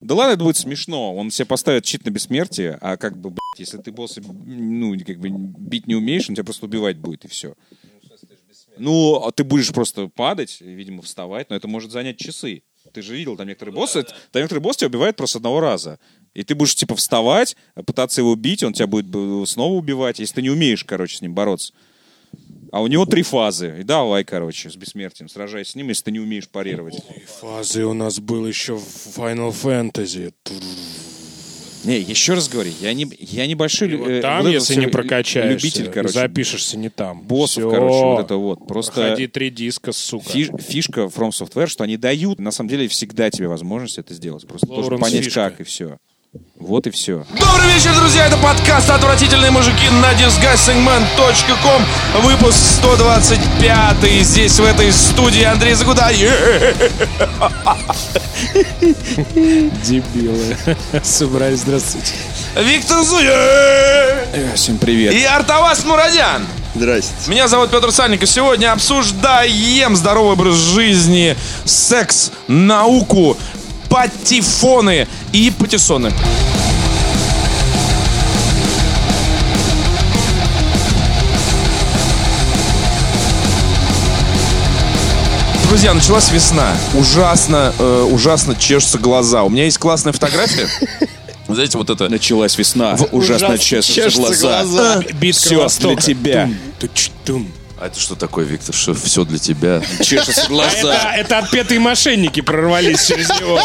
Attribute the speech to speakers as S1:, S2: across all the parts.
S1: Да ладно, это будет смешно. Он себе поставит чит на бессмертие, а как бы, блядь, если ты босса, ну, как бы бить не умеешь, он тебя просто убивать будет, и все. Ну, а ты будешь просто падать, видимо, вставать, но это может занять часы. Ты же видел, там некоторые боссы, там некоторые боссы тебя убивают просто одного раза. И ты будешь, типа, вставать, пытаться его убить, он тебя будет б- снова убивать, если ты не умеешь, короче, с ним бороться. А у него три фазы. И давай, короче, с бессмертием. Сражайся с ним, если ты не умеешь парировать.
S2: Фазы у нас был еще в Final Fantasy.
S1: Не, еще раз говорю, я не, я небольшой... лю- э,
S2: Вот там,
S1: вот это
S2: если
S1: всё
S2: не
S1: лю-
S2: прокачаешься,
S1: Любитель, короче.
S2: запишешься не там.
S1: Боссов,
S2: Всё.
S1: короче, вот это вот. Просто...
S2: Проходи три диска, сука.
S1: Фиш- фишка From Software, что они дают, на самом деле, всегда тебе возможность это сделать. Просто
S2: Лоуренс
S1: должен понять,
S2: фишка.
S1: как, и все. Вот и все.
S3: Добрый вечер, друзья! Это подкаст «Отвратительные мужики» на disgustingman.com. Выпуск 125 здесь, в этой студии. Андрей Загудай.
S2: Дебилы. Собрались, здравствуйте. Э,
S3: Виктор Зуя.
S1: Всем привет.
S3: И Артавас Мурадян.
S4: Здрасте.
S3: Меня зовут Петр Сальников. Сегодня обсуждаем здоровый образ жизни, секс, науку, патефоны и патефоны. Друзья, началась весна. Ужасно, э, ужасно чешутся глаза. У меня есть классная фотография. Знаете, вот это.
S1: Началась весна. ужасно чешутся глаза.
S2: Битка
S1: Все для
S2: Востока.
S1: тебя.
S2: Туч-тум.
S4: А это что такое, Виктор? Что все для тебя?
S1: Чешутся глаза.
S2: А Это, это отпетые мошенники прорвались через него.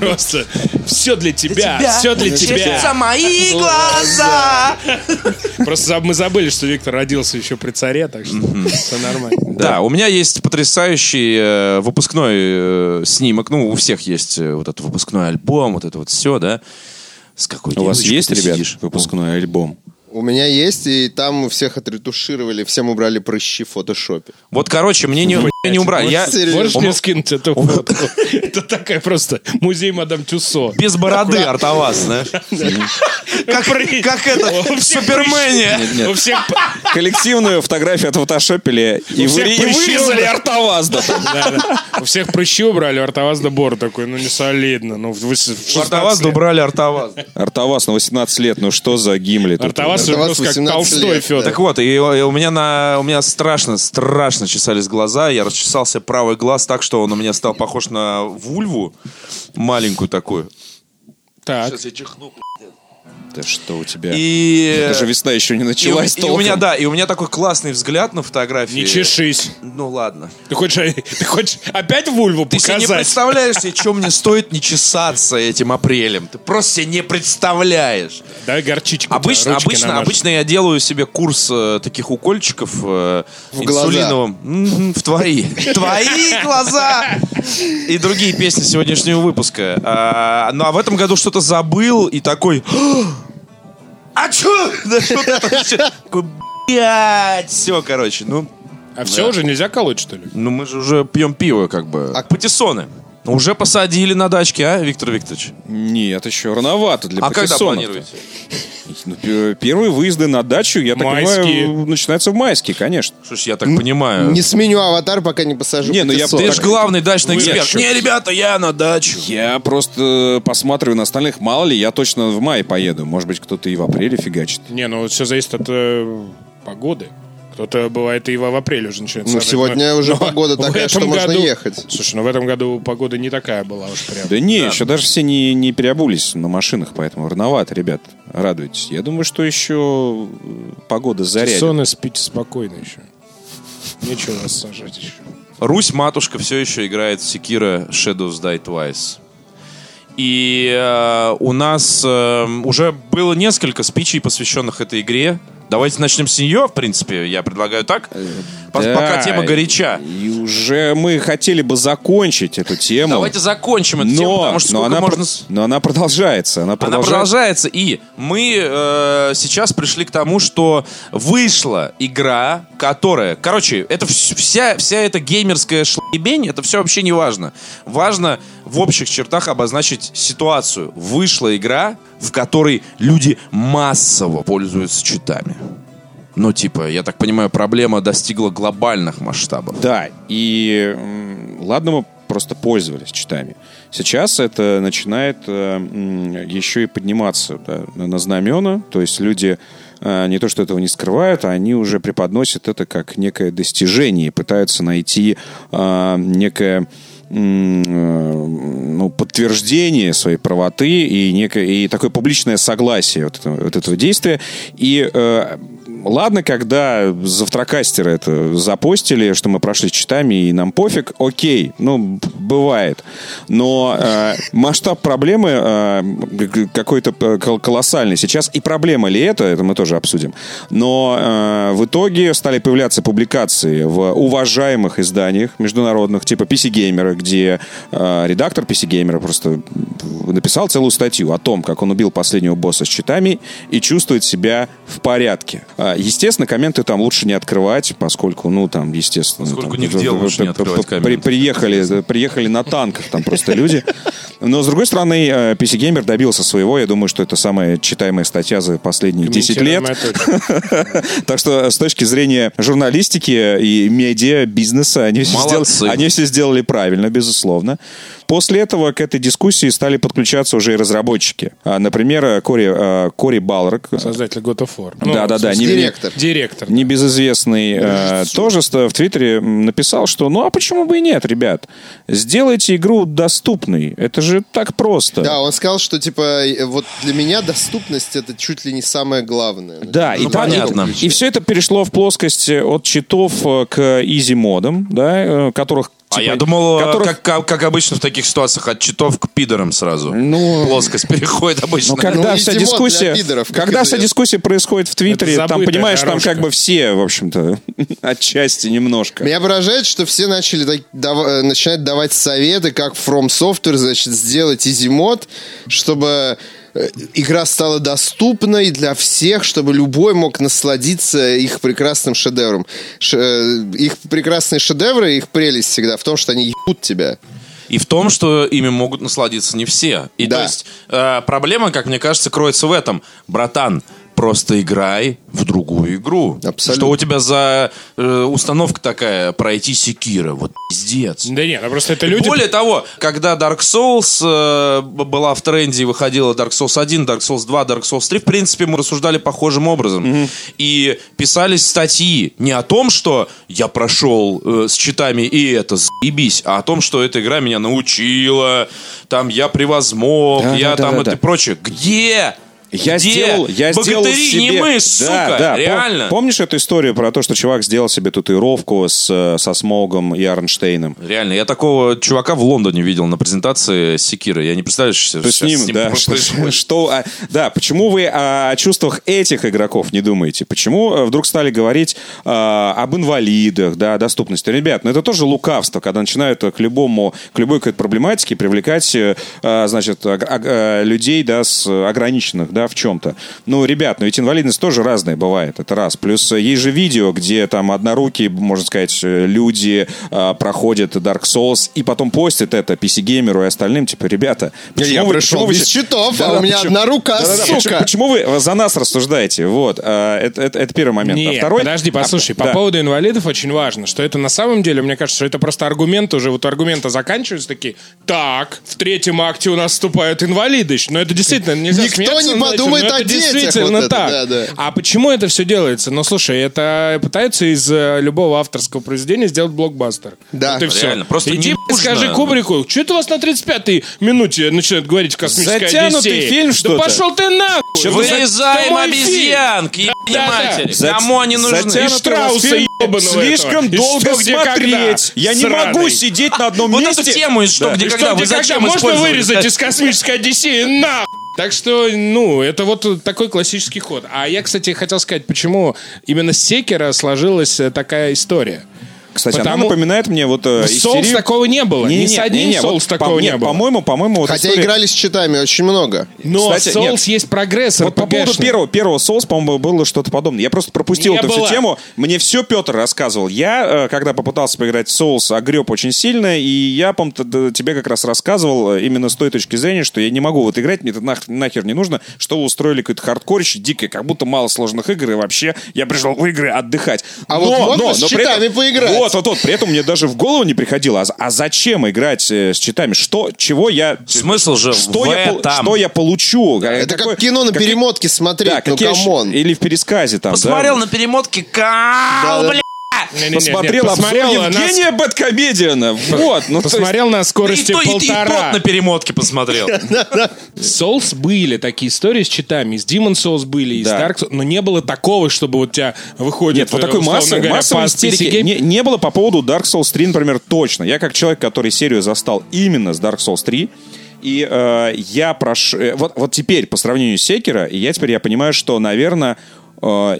S2: Просто все для тебя, все для тебя.
S3: Э, мои глаза.
S2: Просто заб- мы забыли, что Виктор родился еще при царе, так что все нормально.
S3: Да,
S4: Да.
S3: у меня есть потрясающий э, выпускной э, снимок. Ну, у всех есть э, вот этот выпускной альбом, вот это вот все, да. С какой
S1: У вас
S3: девочкой
S1: есть,
S3: ты
S1: ребят,
S3: сидишь?
S1: выпускной альбом?
S4: У меня есть, и там всех отретушировали, всем убрали прыщи в фотошопе.
S3: Вот, короче, мне не, мне не
S1: А,
S3: убрали. Я
S4: Серьёзно?
S2: Можешь
S4: Он-
S2: мне скинуть эту фотку? Это такая просто музей Мадам Тюсо.
S3: без бороды, Артавас, знаешь. Как, как это в Супермене.
S1: Нет.
S2: У всех
S1: Коллективную фотографию от фотошопили
S3: Ну,
S1: и,
S2: всех
S1: выре- и
S2: прыщи
S1: вырезали
S2: были.
S1: Артовазда.
S2: Да, да. У всех прыщи убрали, у Артавазда Бор такой, ну не солидно. Ну, в- в 16
S3: Артавас
S2: лет.
S3: убрали Артавас.
S1: Артоваз на 18 лет, ну что за Гимлет?
S2: Артаваз
S4: Артаваз
S2: просто как
S4: 18
S2: Толстой
S4: лет,
S2: Федор.
S3: Так вот, и, и у меня на у меня страшно, страшно чесались глаза. Я расчесался правый глаз так, что он у меня стал похож на вульву маленькую такую.
S2: Так.
S1: Да что у тебя?
S3: И э,
S1: Это же весна еще не
S3: И у-
S1: началась
S3: и, у меня,
S1: толком.
S3: да, и у меня такой классный взгляд на фотографии.
S2: Не чешись.
S3: Ну ладно.
S2: Ты хочешь, э, ты хочешь опять вульву
S3: Ты себе не
S2: показать?
S3: представляешь, себе, чем мне стоит не чесаться этим апрелем. Ты просто себе не представляешь.
S2: Давай горчичку.
S3: Обычно,
S2: ручки
S3: обычно,
S2: намажь.
S3: обычно я делаю себе курс э, таких укольчиков э,
S4: глаза.
S3: инсулиновым. М, В твои. Твои глаза! И другие песни сегодняшнего выпуска. А, Ну а в этом году что-то забыл и такой... А чё? Да что ты там чё? Такой, Блядь! Все, короче, ну...
S2: А все уже нельзя колоть, что ли?
S3: Ну мы же уже пьем пиво, как бы.
S4: А-
S3: Патиссоны. Уже посадили на дачке, а, Виктор Викторович?
S1: Нет, еще рановато для
S3: а когда
S1: патиссонов-то.
S3: планируете?
S1: Ну, пе- Первые выезды на дачу, я так
S2: Майские.
S1: понимаю, начинаются в майске, конечно.
S3: Что ж, я так понимаю.
S4: Не сменю аватар, пока не посажу.
S1: Не, ну я-
S4: патиссон.
S3: Ты же главный дачный
S1: Вы
S3: эксперт.
S1: чё?
S3: Не, ребята, я на дачу.
S1: Я просто э, посматриваю на остальных, мало ли, я точно в мае поеду. Может быть, кто-то и в апреле фигачит.
S2: Не, ну все зависит от э, погоды. Кто-то бывает и в в апреле уже начинает.
S4: Ну,
S2: сажать,
S4: сегодня
S2: но-
S4: уже
S2: но
S4: погода
S2: в
S4: такая, что
S2: этом
S4: можно
S2: году-
S4: ехать.
S2: Слушай, ну в этом году погода не такая была уж прям.
S1: Да не, еще даже все не, не переобулись на машинах, поэтому рановато, ребят, радуйтесь. Я думаю, что еще э, погода зарядит.
S2: Соны спите спокойно еще. Нечего вас сажать еще.
S3: Русь матушка все еще играет в Секира Shadows Die Twice. И э, у нас э, уже было несколько спичей, посвященных этой игре. Давайте начнем с нее, в принципе, я предлагаю так. Пос-
S1: Да, Ну.
S3: Пока тема горяча.
S1: И уже мы хотели бы закончить эту тему.
S3: Давайте закончим эту
S1: но,
S3: тему, потому что
S1: но,
S3: сколько
S1: она,
S3: можно...
S1: про-
S3: с-
S1: но она продолжается. Она
S3: Она
S1: продолжается.
S3: продолжается, и мы э, сейчас пришли к тому, что вышла игра, которая... Короче, это вс- вся, вся эта геймерская шлебень, это все вообще не важно. Важно в общих чертах обозначить ситуацию. Вышла игра, в которой люди массово пользуются читами. Ну, типа, я так понимаю, проблема достигла глобальных масштабов.
S1: Да, и м, ладно, мы просто пользовались читами. Сейчас это начинает э, м, еще и подниматься да, на знамена. То есть люди э, не то, что этого не скрывают, а они уже преподносят это как некое достижение, и пытаются найти э, некое м, э, ну, подтверждение своей правоты и, некое, и такое публичное согласие вот этого, вот этого действия. И э, ладно, когда завтракастеры это запостили, что мы прошли с читами и нам пофиг, окей, ну, б- бывает. Но э, масштаб проблемы э, г- какой-то э, кол- колоссальный сейчас. И проблема ли это, это мы тоже обсудим. Но э, в итоге стали появляться публикации в уважаемых изданиях международных, типа PC Gamer, где э, редактор PC Gamer просто написал целую статью о том, как он убил последнего босса с читами и чувствует себя в порядке. А, Естественно, комменты там лучше не открывать, поскольку, ну, там, естественно...
S3: Поскольку
S1: там,
S3: не в дело
S1: п-
S3: лучше не
S1: п- п-
S3: открывать
S1: при-
S3: комменты.
S1: Приехали, э, приехали на танках там просто люди. Но, с другой стороны, э, PC Gamer добился своего. Я думаю, что это самая читаемая статья за последние 10 лет.
S2: Комментируемая точка.
S1: Так что э, с точки зрения журналистики и медиа, бизнеса, они все,
S3: Молодцы.
S1: сделали, они все сделали правильно, безусловно. После этого к этой дискуссии стали подключаться уже и разработчики. А, Например, э, Кори, э, Кори Балрак.
S2: Создатель God of War. Ну,
S1: Да-да-да. не- не-
S4: Директор.
S2: Директор.
S1: Небезызвестный э, тоже ста- в Твиттере м, написал, что ну а почему бы и нет, ребят? Сделайте игру доступной. Это же так просто.
S4: Да, он сказал, что типа э, вот для меня доступность это чуть ли не самое главное.
S1: Да, и,
S4: Ну,
S1: там-
S3: понятно.
S1: и, все это перешло в плоскость э, от читов э, к изи-модам, да, э, которых...
S3: А
S1: типа,
S3: я думал, э,
S1: которых-
S3: как, как- как обычно в таких ситуациях, от читов к пидорам сразу.
S1: Ну,
S3: Плоскость переходит обычно.
S1: Ну, когда вся
S4: Ну, изи-мод для
S1: дискуссия,
S4: пидоров, как
S1: когда
S4: это
S1: вся
S4: я-
S1: дискуссия происходит в Твиттере,
S2: Это
S1: там,
S2: забытая
S1: понимаешь, там
S2: хорошка.
S1: как бы все, в общем-то, отчасти немножко.
S4: Меня поражает, что все начали так- дав- э, начинать давать советы, как From Software, значит, сделать изимод, чтобы э, игра стала доступной для всех, чтобы любой мог насладиться их прекрасным шедевром. Ш- э, их прекрасные шедевры, их прелесть всегда в том, что они ебут тебя.
S3: И в том, что ими могут насладиться не все. И
S4: Да.
S3: то есть э, проблема, как мне кажется, кроется в этом. Братан, просто играй в другую игру.
S4: Абсолютно.
S3: Что у тебя за э, установка такая, пройти Секира? Вот пиздец.
S2: Да нет, ну просто это люди...
S3: Более того, когда Dark Souls э, б- была в тренде и выходила Dark Souls 1, Dark Souls 2, Dark Souls 3, в принципе, мы рассуждали похожим образом. И писались статьи не о том, что я прошел э, с читами и это, заебись, а о том, что эта игра меня научила, там я превозмог,
S1: Да,
S3: я
S1: да, да,
S3: там
S1: да,
S3: это
S1: да.
S3: и прочее. Где?
S1: Я
S3: Где?
S1: сделал, я сделал
S3: Богатыри
S1: себе...
S3: не мы,
S1: Да,
S3: сука,
S1: да, пом-
S3: реально.
S1: Помнишь эту историю про то, что чувак сделал себе татуировку с, э, со Смогом и Арнштейном?
S3: Реально, я такого чувака в Лондоне видел на презентации Секира. Я не представляю, что
S1: Что с
S3: сейчас
S1: ним, да, что,
S3: просто происходит.
S1: что, а, да, почему вы а, о чувствах этих игроков не думаете? Почему э, вдруг стали говорить а, об инвалидах, да, о доступности? Ребят, ну это тоже лукавство, когда начинают э, к любому, к любой какой-то проблематике привлекать, э, а, значит, ог- ог- э, людей, да, с э, ограниченных, да, в чем-то. Ну, ребят, но ведь инвалидность тоже разная бывает, это раз. Плюс э, есть же видео, где там однорукие, можно сказать, э, люди э, проходят Dark Souls и потом постят это PC-геймеру и остальным, типа, ребята,
S4: Я пришел А без
S1: щи-
S4: щитов, а у меня одна рука,
S1: Да-да-да, почему-
S4: сука.
S1: Почему, вы за нас рассуждаете? Вот, а, это, это- это первый момент.
S2: Нет,
S1: а второй...
S2: подожди, послушай,
S1: А,
S2: по
S1: да.
S2: поводу инвалидов очень важно, что это на самом деле, мне кажется, что это просто аргументы уже, вот аргументы заканчиваются такие, так, в третьем акте у нас вступают инвалиды, еще». но это действительно нельзя
S4: Никто
S2: смеяться над
S4: не
S2: этим,
S4: подумает
S2: но
S4: о
S2: это
S4: детях,
S2: действительно
S4: вот это,
S2: так.
S4: да, да.
S2: А почему это все делается? Ну, слушай, это пытаются из э, любого авторского произведения сделать блокбастер.
S4: Да.
S2: вот и все.
S3: Реально, просто
S2: Иди
S3: не нужно.
S2: скажи Кубрику, что это у вас на 35-й минуте начинают говорить в космической
S1: Затянутый
S2: Одиссее?»
S1: фильм
S2: Да
S1: что-то.
S2: пошел ты нахуй!
S1: Чем
S2: Это
S3: Вырезаем
S2: мой фильм!
S3: обезьянок, ебаный матери.
S1: За-
S3: Кому они нужны?
S1: затянутый
S2: И Штрауса
S1: фильм
S2: ебаного
S1: Слишком
S2: этого. И
S1: долго
S2: что, где,
S1: смотреть.
S2: когда?
S1: Я не
S2: Сраный. А,
S1: могу сидеть на одном
S3: Вот
S1: месте.
S3: эту тему, и что,
S1: Да.
S3: где,
S2: И что,
S3: когда, вы
S2: где,
S3: зачем
S2: когда? Можно
S3: использовали?
S2: вырезать из космической Одиссеи на. Э, Так что, ну, это вот такой классический ход. А я, кстати, хотел сказать, почему именно с Секера сложилась э, такая история.
S1: Кстати, она
S2: Потому-
S1: напоминает мне вот... э,
S2: В Souls
S1: истерию.
S2: такого не было. Ни
S1: Не-не-не,
S2: с одним
S1: не-не, вот
S2: Souls
S1: по
S2: такого
S1: мне-
S2: не было.
S1: По-моему, по-моему... вот
S4: Хотя
S1: история-
S4: играли с читами очень много.
S2: Но
S1: Кстати,
S2: Souls
S1: нет.
S2: есть прогресс.
S1: Вот по поводу
S2: RPG-шный.
S1: первого, первого соус, по-моему, было что-то подобное. Я просто пропустил
S2: Не
S1: эту
S2: было.
S1: всю тему. Мне все Петр рассказывал. Я, э, когда попытался поиграть в соус, огреб очень сильно, и я, по тебе как раз рассказывал э, именно с той точки зрения, что я не могу вот играть, мне это нах- нахер не нужно, что вы устроили какой-то хардкорище дикое, как будто мало сложных игр, и вообще я пришел в игры отдыхать.
S4: А вот можно с
S1: при
S4: читами поиграть.
S1: Вот, вот, вот. При этом мне даже в голову не приходило, а, з- а зачем играть э, с читами? Что, чего я...
S3: Смысл же
S1: что
S3: в
S1: я, пол-
S3: этом.
S1: что я получу?
S3: Э,
S4: Это
S1: Какое-
S4: как кино на
S1: какие-
S4: перемотке смотреть,
S1: Да,
S4: ну
S1: какие ощ-
S4: камон.
S1: Или в пересказе там, да?
S3: Посмотрел на перемотке, кал,
S4: Да-да.
S3: бля.
S2: Не-не-не,
S1: Посмотрел а обзор
S2: посмотрел на-
S1: Евгения Бэткомедиана. Вот, ну то есть-
S2: Посмотрел на
S3: И,
S2: скорости
S3: то, и-
S1: типа
S3: и тот
S2: полтора.
S3: на перемотке посмотрел.
S2: Souls были такие истории с читами, с Demon Souls были, и с
S1: Да.
S2: Dark Souls, но не было такого, чтобы вот тебя выходит...
S1: Нет, вот
S2: э,
S1: такой
S2: условно
S1: массы,
S2: говоря,
S1: массовой
S2: по
S1: истерики
S2: PC Game.
S1: не, не было по поводу Dark Souls 3, например, точно. Я как человек, который серию застал именно с Dark Souls 3, и э, я прош... э, Вот, вот теперь, по сравнению с Секера, и я теперь я понимаю, что, наверное, э,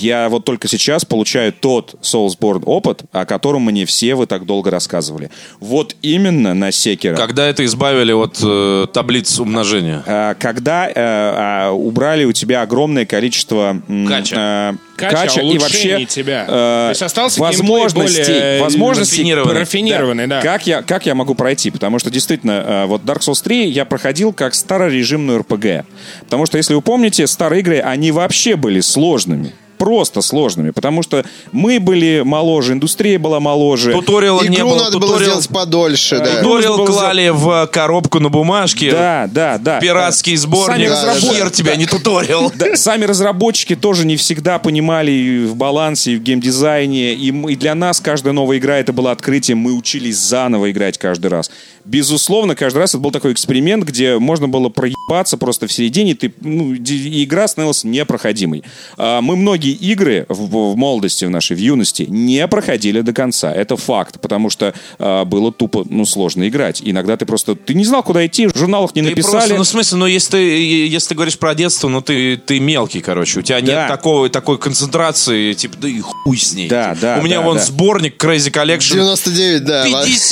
S1: я вот только сейчас получаю тот Soulsborne опыт, о котором мне все вы так долго рассказывали. Вот именно на Секера.
S3: Когда это избавили от э, таблиц умножения.
S1: Э, когда э, а, убрали у тебя огромное количество м,
S3: Кача.
S1: э,
S2: Кача,
S1: кача и
S2: улучшений
S1: вообще
S2: тебя.
S1: э,
S2: То есть остался геймплей
S1: возможностей,
S2: более
S1: возможностей
S3: рафинированный.
S2: рафинированный, да.
S1: Как я, как я могу пройти? Потому что действительно, э, вот Dark Souls 3 я проходил как старорежимную РПГ. Потому что, если вы помните, старые игры, они вообще были сложными. Просто сложными. Потому что мы были моложе, индустрия была моложе.
S3: Туториала Э, не
S4: Игру
S3: было.
S4: надо было
S3: Туториал, Э,
S4: сделать подольше, да.
S3: туториал
S1: Нужно было
S3: клали в коробку на бумажке.
S1: Да, да, да.
S3: Пиратский
S1: Сами
S3: сборник.
S1: разработчики-
S3: Хер тебя не туториал.
S1: Да, сами разработчики тоже не всегда понимали и в балансе, и в геймдизайне. И, мы- и для нас каждая новая игра это было открытие. Мы учились заново играть каждый раз. Безусловно, каждый раз это был такой эксперимент, где можно было проебаться просто в середине, и ты, ну, ди- и игра становилась непроходимой. А, Мы многие игры в, в молодости, в нашей в юности, не проходили до конца. Это факт, потому что а, было тупо ну, сложно играть. Иногда ты просто ты не знал, куда идти, в журналах не
S3: Ты
S1: написали.
S3: просто, ну, в смысле, ну, если ты, если ты говоришь про детство, ну, ты, ты мелкий, короче. У тебя
S1: Да.
S3: нет такого, такой концентрации, типа, да и хуй с ней. Типа,
S1: Да, да,
S3: У меня
S1: да,
S3: вон
S1: да.
S3: сборник Crazy Collection.
S4: 99, да.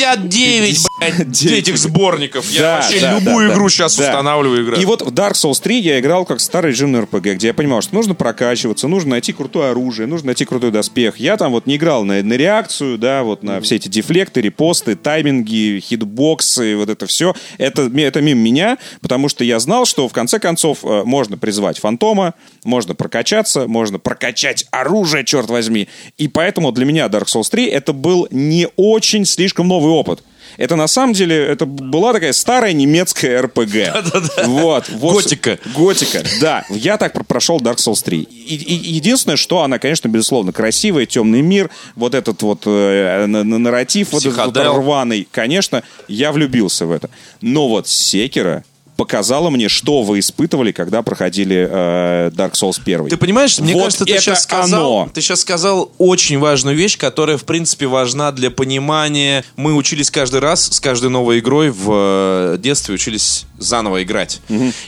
S3: 59, блядь, этих сборников. Я
S1: Да,
S3: вообще
S1: да,
S3: любую
S1: да,
S3: игру
S1: да,
S3: сейчас
S1: да.
S3: устанавливаю и играю.
S1: И вот в Dark Souls 3 я играл как старый режимный РПГ, где я понимал, что нужно прокачиваться, нужно найти крутое оружие, нужно найти крутой доспех. Я там вот не играл на, на реакцию, да, вот на все эти дефлекты, репосты, тайминги, хитбоксы, вот это все. Это, ми- это мимо меня, потому что я знал, что в конце концов э, можно призвать фантома, можно прокачаться, можно прокачать оружие, черт возьми. И поэтому для меня Dark Souls 3 это был не очень слишком новый опыт. Это на самом деле, это была такая старая немецкая РПГ. Вот. вот.
S3: Готика.
S1: Готика, да. Я так про- прошел Dark Souls 3. И- и- единственное, что она, конечно, безусловно, красивая, темный мир, вот этот вот э, на- на- нарратив, вот этот вот
S3: Психодел.
S1: рваный. Конечно, я влюбился в это. Но вот Секера показала мне, что вы испытывали, когда проходили э, Dark Souls 1.
S3: Ты понимаешь, мне
S1: Вот
S3: кажется, ты
S1: это
S3: сейчас сказал,
S1: оно.
S3: ты сейчас сказал очень важную вещь, которая в принципе важна для понимания. Мы учились каждый раз с каждой новой игрой в э, детстве учились заново играть.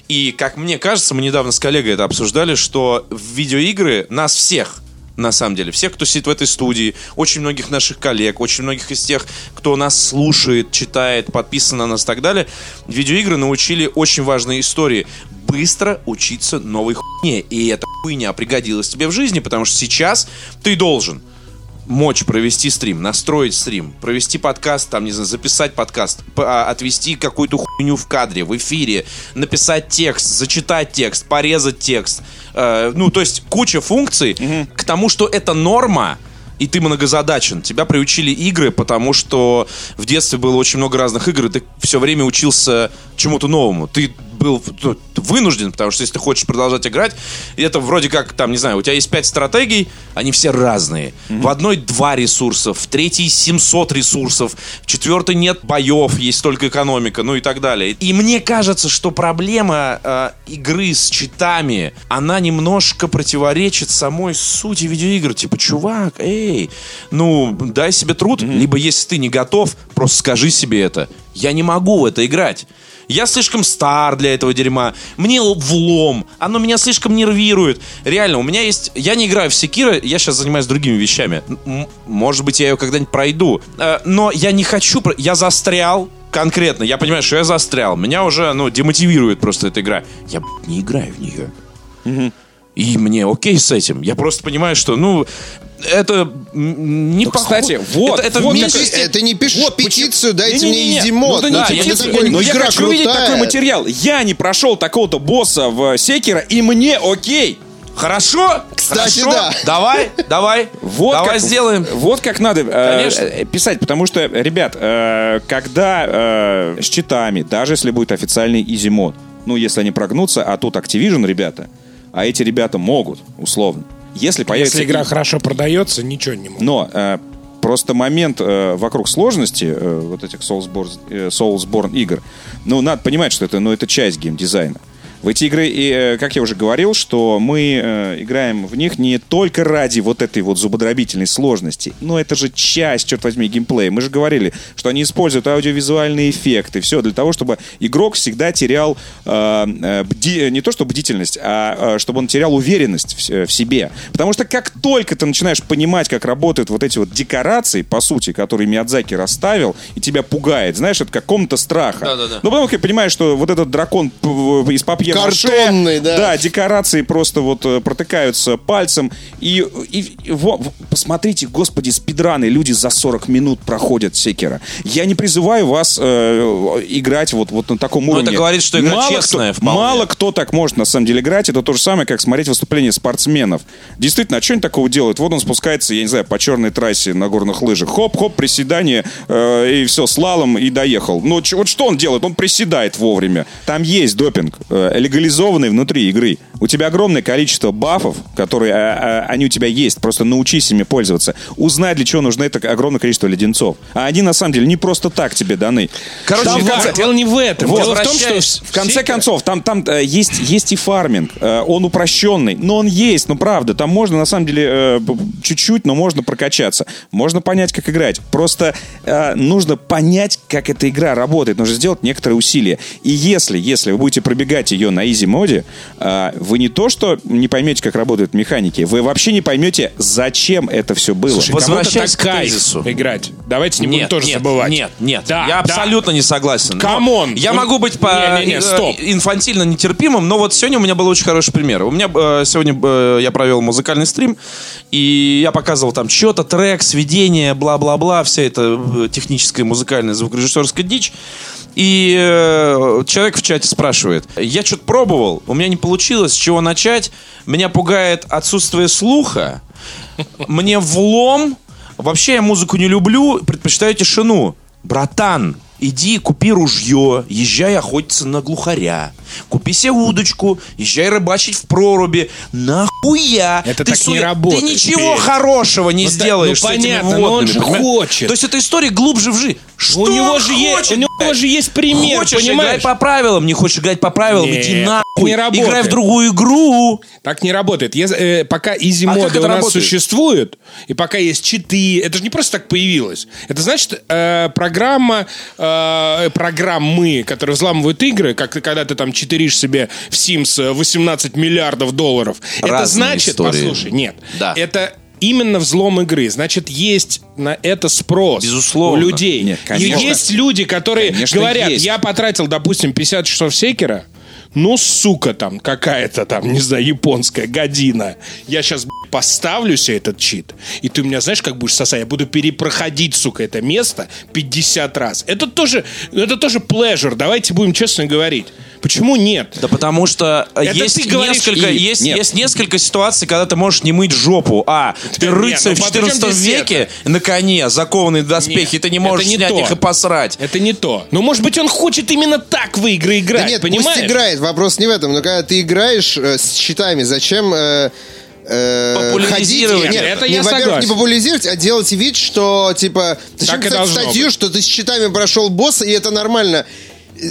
S3: И как мне кажется, мы недавно с коллегой это обсуждали, что в видеоигры нас всех на самом деле. Всех, кто сидит в этой студии, очень многих наших коллег, очень многих из тех, кто нас слушает, читает, подписан на нас и так далее, видеоигры научили очень важные истории. Быстро учиться новой хуйне. И эта хуйня пригодилась тебе в жизни, потому что сейчас ты должен мочь провести стрим, настроить стрим, провести подкаст, там, не знаю, записать подкаст, п- а, отвести какую-то хуйню в кадре, в эфире, написать текст, зачитать текст, порезать текст. Э, ну, то есть куча функций к тому, что это норма, и ты многозадачен. Тебя приучили игры, потому что в детстве было очень много разных игр, и ты все время учился чему-то новому. Ты был ну, вынужден, потому что если ты хочешь продолжать играть, это вроде как, там, не знаю, у тебя есть пять стратегий, они все разные. В одной два ресурсов, в третьей 700 ресурсов, в четвертой нет боев, есть только экономика, ну и так далее. И мне кажется, что проблема э, игры с читами, она немножко противоречит самой сути видеоигр. Типа, чувак, эй, ну, дай себе труд, либо если ты не готов, просто скажи себе это. Я не могу в это играть. Я слишком стар для этого дерьма. Мне влом. Оно меня слишком нервирует. Реально, у меня есть... Я не играю в Секира, я сейчас занимаюсь другими вещами. М- Может быть, я ее когда-нибудь пройду. Э, Но я не хочу... про- Я застрял конкретно. Я понимаю, что я застрял. Меня уже, ну, демотивирует просто эта игра. Я блядь, не играю в нее. И мне окей с этим. Я просто понимаю, что, ну, это м, не
S1: Ну,
S3: похоже.
S1: кстати, вот,
S3: это, это
S1: вот
S3: вместе-
S1: какой-
S4: Э, Ты не пишешь петицию, дайте мне
S1: Не-не-не. Ну, да
S4: Изимот.
S3: Да,
S1: не
S3: я
S1: петицию.
S3: не такой,
S1: но
S4: «Ну,
S1: я
S4: игра
S1: хочу видеть
S4: крутая».
S1: такой материал. Я не прошел такого-то босса в э, Секера, и мне окей.
S3: Хорошо?
S4: Кстати,
S3: Хорошо?
S4: да.
S3: Давай, давай.
S1: Вот
S3: давай
S1: как,
S3: сделаем.
S1: Вот как надо э,
S3: Конечно.
S1: э, писать, потому что, ребят, э, когда э, с читами, даже если будет официальный изи мод, ну, если они прогнутся, а тут Activision, ребята, а эти ребята могут, условно. Если появится...
S2: Если игра хорошо продается, ничего не могу.
S1: Но э, просто момент э, вокруг сложности э, вот этих Soulsborne, э, Soulsborne игр, ну, надо понимать, что это, ну, это часть геймдизайна. В эти игры, и, э, как я уже говорил, что мы э, играем в них не только ради вот этой вот зубодробительной сложности, но это же часть, черт возьми, геймплея. Мы же говорили, что они используют аудиовизуальные эффекты, все для того, чтобы игрок всегда терял э, э, бди- не то что бдительность, а э, чтобы он терял уверенность в, э, в себе. Потому что как только ты начинаешь понимать, как работают вот эти вот декорации, по сути, которые Миядзаки расставил, и тебя пугает, знаешь, это как комната страха. Ну,
S3: Да-да-да.
S1: Но потом ты понимаешь, что вот этот дракон п- в- из папье
S4: Картонный, да.
S1: Да, декорации просто вот э, протыкаются пальцем. И, и- и во- в- посмотрите, господи, спидраны, люди за 40 минут проходят секера. Я не призываю вас э, играть вот, вот на таком
S3: это
S1: уровне.
S3: говорит, что игра
S1: мало
S3: честная
S1: Кто,
S3: вполне.
S1: мало кто так может на самом деле играть. Это то же самое, как смотреть выступление спортсменов. Действительно, а что они такого делают? Вот он спускается, я не знаю, по черной трассе на горных лыжах. Хоп-хоп, приседание, э, и все, слалом, и доехал. Ну, чё- вот что он делает? Он приседает вовремя. Там есть допинг, э, легализованный внутри игры. У тебя огромное количество бафов, которые, э, э, они у тебя есть. Просто научись ими пользоваться. Узнай, для чего нужно это огромное количество леденцов. А они, на самом деле, не просто так тебе даны.
S3: Короче,
S1: Там
S3: в конце-
S2: Давай, дело не в этом.
S3: Вот,
S2: Дело в том, что
S3: возвращаясь
S2: в-
S1: в конце концов, там, там э, есть, есть и фарминг. Э, он упрощенный, но он есть, ну правда. Там можно, на самом деле, э, б- чуть-чуть, но можно прокачаться. Можно понять, как играть. Просто э, нужно понять, как эта игра работает. Нужно сделать некоторые усилия. И если, если вы будете пробегать ее на изи-моде, э, вы не то, что не поймете, как работают механики, вы вообще не поймете, зачем это все было.
S2: Слушай, кому-то
S3: Возвращаясь
S2: так
S3: к
S2: кайф
S3: тезису.
S2: играть. Давайте не будем тоже
S3: нет,
S2: забывать.
S3: Нет, нет,
S2: Да,
S3: я
S2: да.
S3: абсолютно не согласен. Но
S2: Камон!
S3: Я
S2: Ну,
S3: могу быть по
S2: не-не-не,
S3: э,
S2: стоп.
S3: инфантильно нетерпимым, но вот сегодня у меня был очень хороший пример. У меня э, сегодня э, я провел музыкальный стрим, и я показывал там что-то, трек, сведение, бла-бла-бла, вся эта э, техническая, музыкальная, звукорежиссерская дичь. И э, человек в чате спрашивает, я что-то пробовал, у меня не получилось, с чего начать, меня пугает отсутствие слуха, мне влом. Вообще я музыку не люблю, предпочитаю тишину. Братан, иди купи ружье, езжай охотиться на глухаря. Купи себе удочку, езжай рыбачить в проруби. Нахуя?
S2: Это
S3: ты
S2: так не работает,
S3: Ты ничего
S2: Петь.
S3: хорошего не
S2: Ну та-
S3: сделаешь
S2: ну
S3: с этими
S2: понятно, но он
S3: водными,
S2: же
S3: понимаешь?
S2: хочет.
S3: То есть эта история глубже в жизнь. Что
S2: У него
S3: он
S2: же есть,
S3: хочет,
S2: у него
S3: блядь?
S2: же есть пример,
S3: Хочешь,
S2: понимаешь?
S3: играй по правилам, не хочешь играть по правилам,
S2: Нет,
S3: иди
S2: так
S3: нахуй,
S2: не работает.
S3: играй в другую игру.
S2: Так не работает. Если, э, пока изи
S3: А как
S2: моды
S3: это
S2: у нас
S3: работает?
S2: существуют, и пока есть читы, это же не просто так появилось. Это значит, э, программа, э, программы, которые взламывают игры, как ты- когда ты там читеришь себе в Sims э, 18 миллиардов долларов. это
S3: Разные
S2: значит,
S3: истории.
S2: послушай, нет.
S3: Да.
S2: Это именно взлом игры. Значит, есть на это спрос.
S3: Безусловно.
S2: У людей.
S1: Нет,
S2: и
S1: конечно.
S2: есть люди, которые
S1: Конечно,
S2: говорят,
S1: есть.
S2: я потратил, допустим, 50 часов секера, ну, сука там, какая-то там, не знаю, японская година. Я сейчас поставлю себе этот чит, и ты у меня, знаешь, как будешь сосать, я буду перепроходить, сука, это место 50 раз. Это тоже, это тоже pleasure, давайте будем честно говорить. Почему нет?
S3: Да потому что э,
S2: Это
S3: есть
S2: ты говоришь
S3: несколько,
S2: «и».
S3: есть,
S1: Нет.
S3: есть несколько ситуаций, когда ты можешь не мыть жопу. А, ты
S2: Нет,
S3: рыцарь
S2: ну
S3: в
S2: подожди,
S3: 14
S2: здесь
S3: веке на коне, закованный в доспехи,
S2: Нет,
S3: ты не
S2: это
S3: можешь
S2: не
S3: снять
S2: то.
S3: их и посрать.
S2: Это не то. Но, может быть, он хочет именно так в игры играть,
S4: Да нет,
S2: понимаешь?
S4: пусть играет, вопрос не в этом. Но когда ты играешь э, с щитами, зачем... э, э,
S3: Популяризировать.
S4: ходить- Нет,
S2: Это
S4: не,
S2: я
S4: во-первых,
S2: согласен.
S4: не популяризировать, а делать вид, что, типа, зачем
S2: Так и
S4: писать
S2: должно
S4: статью, что ты с щитами прошел босса, и это нормально.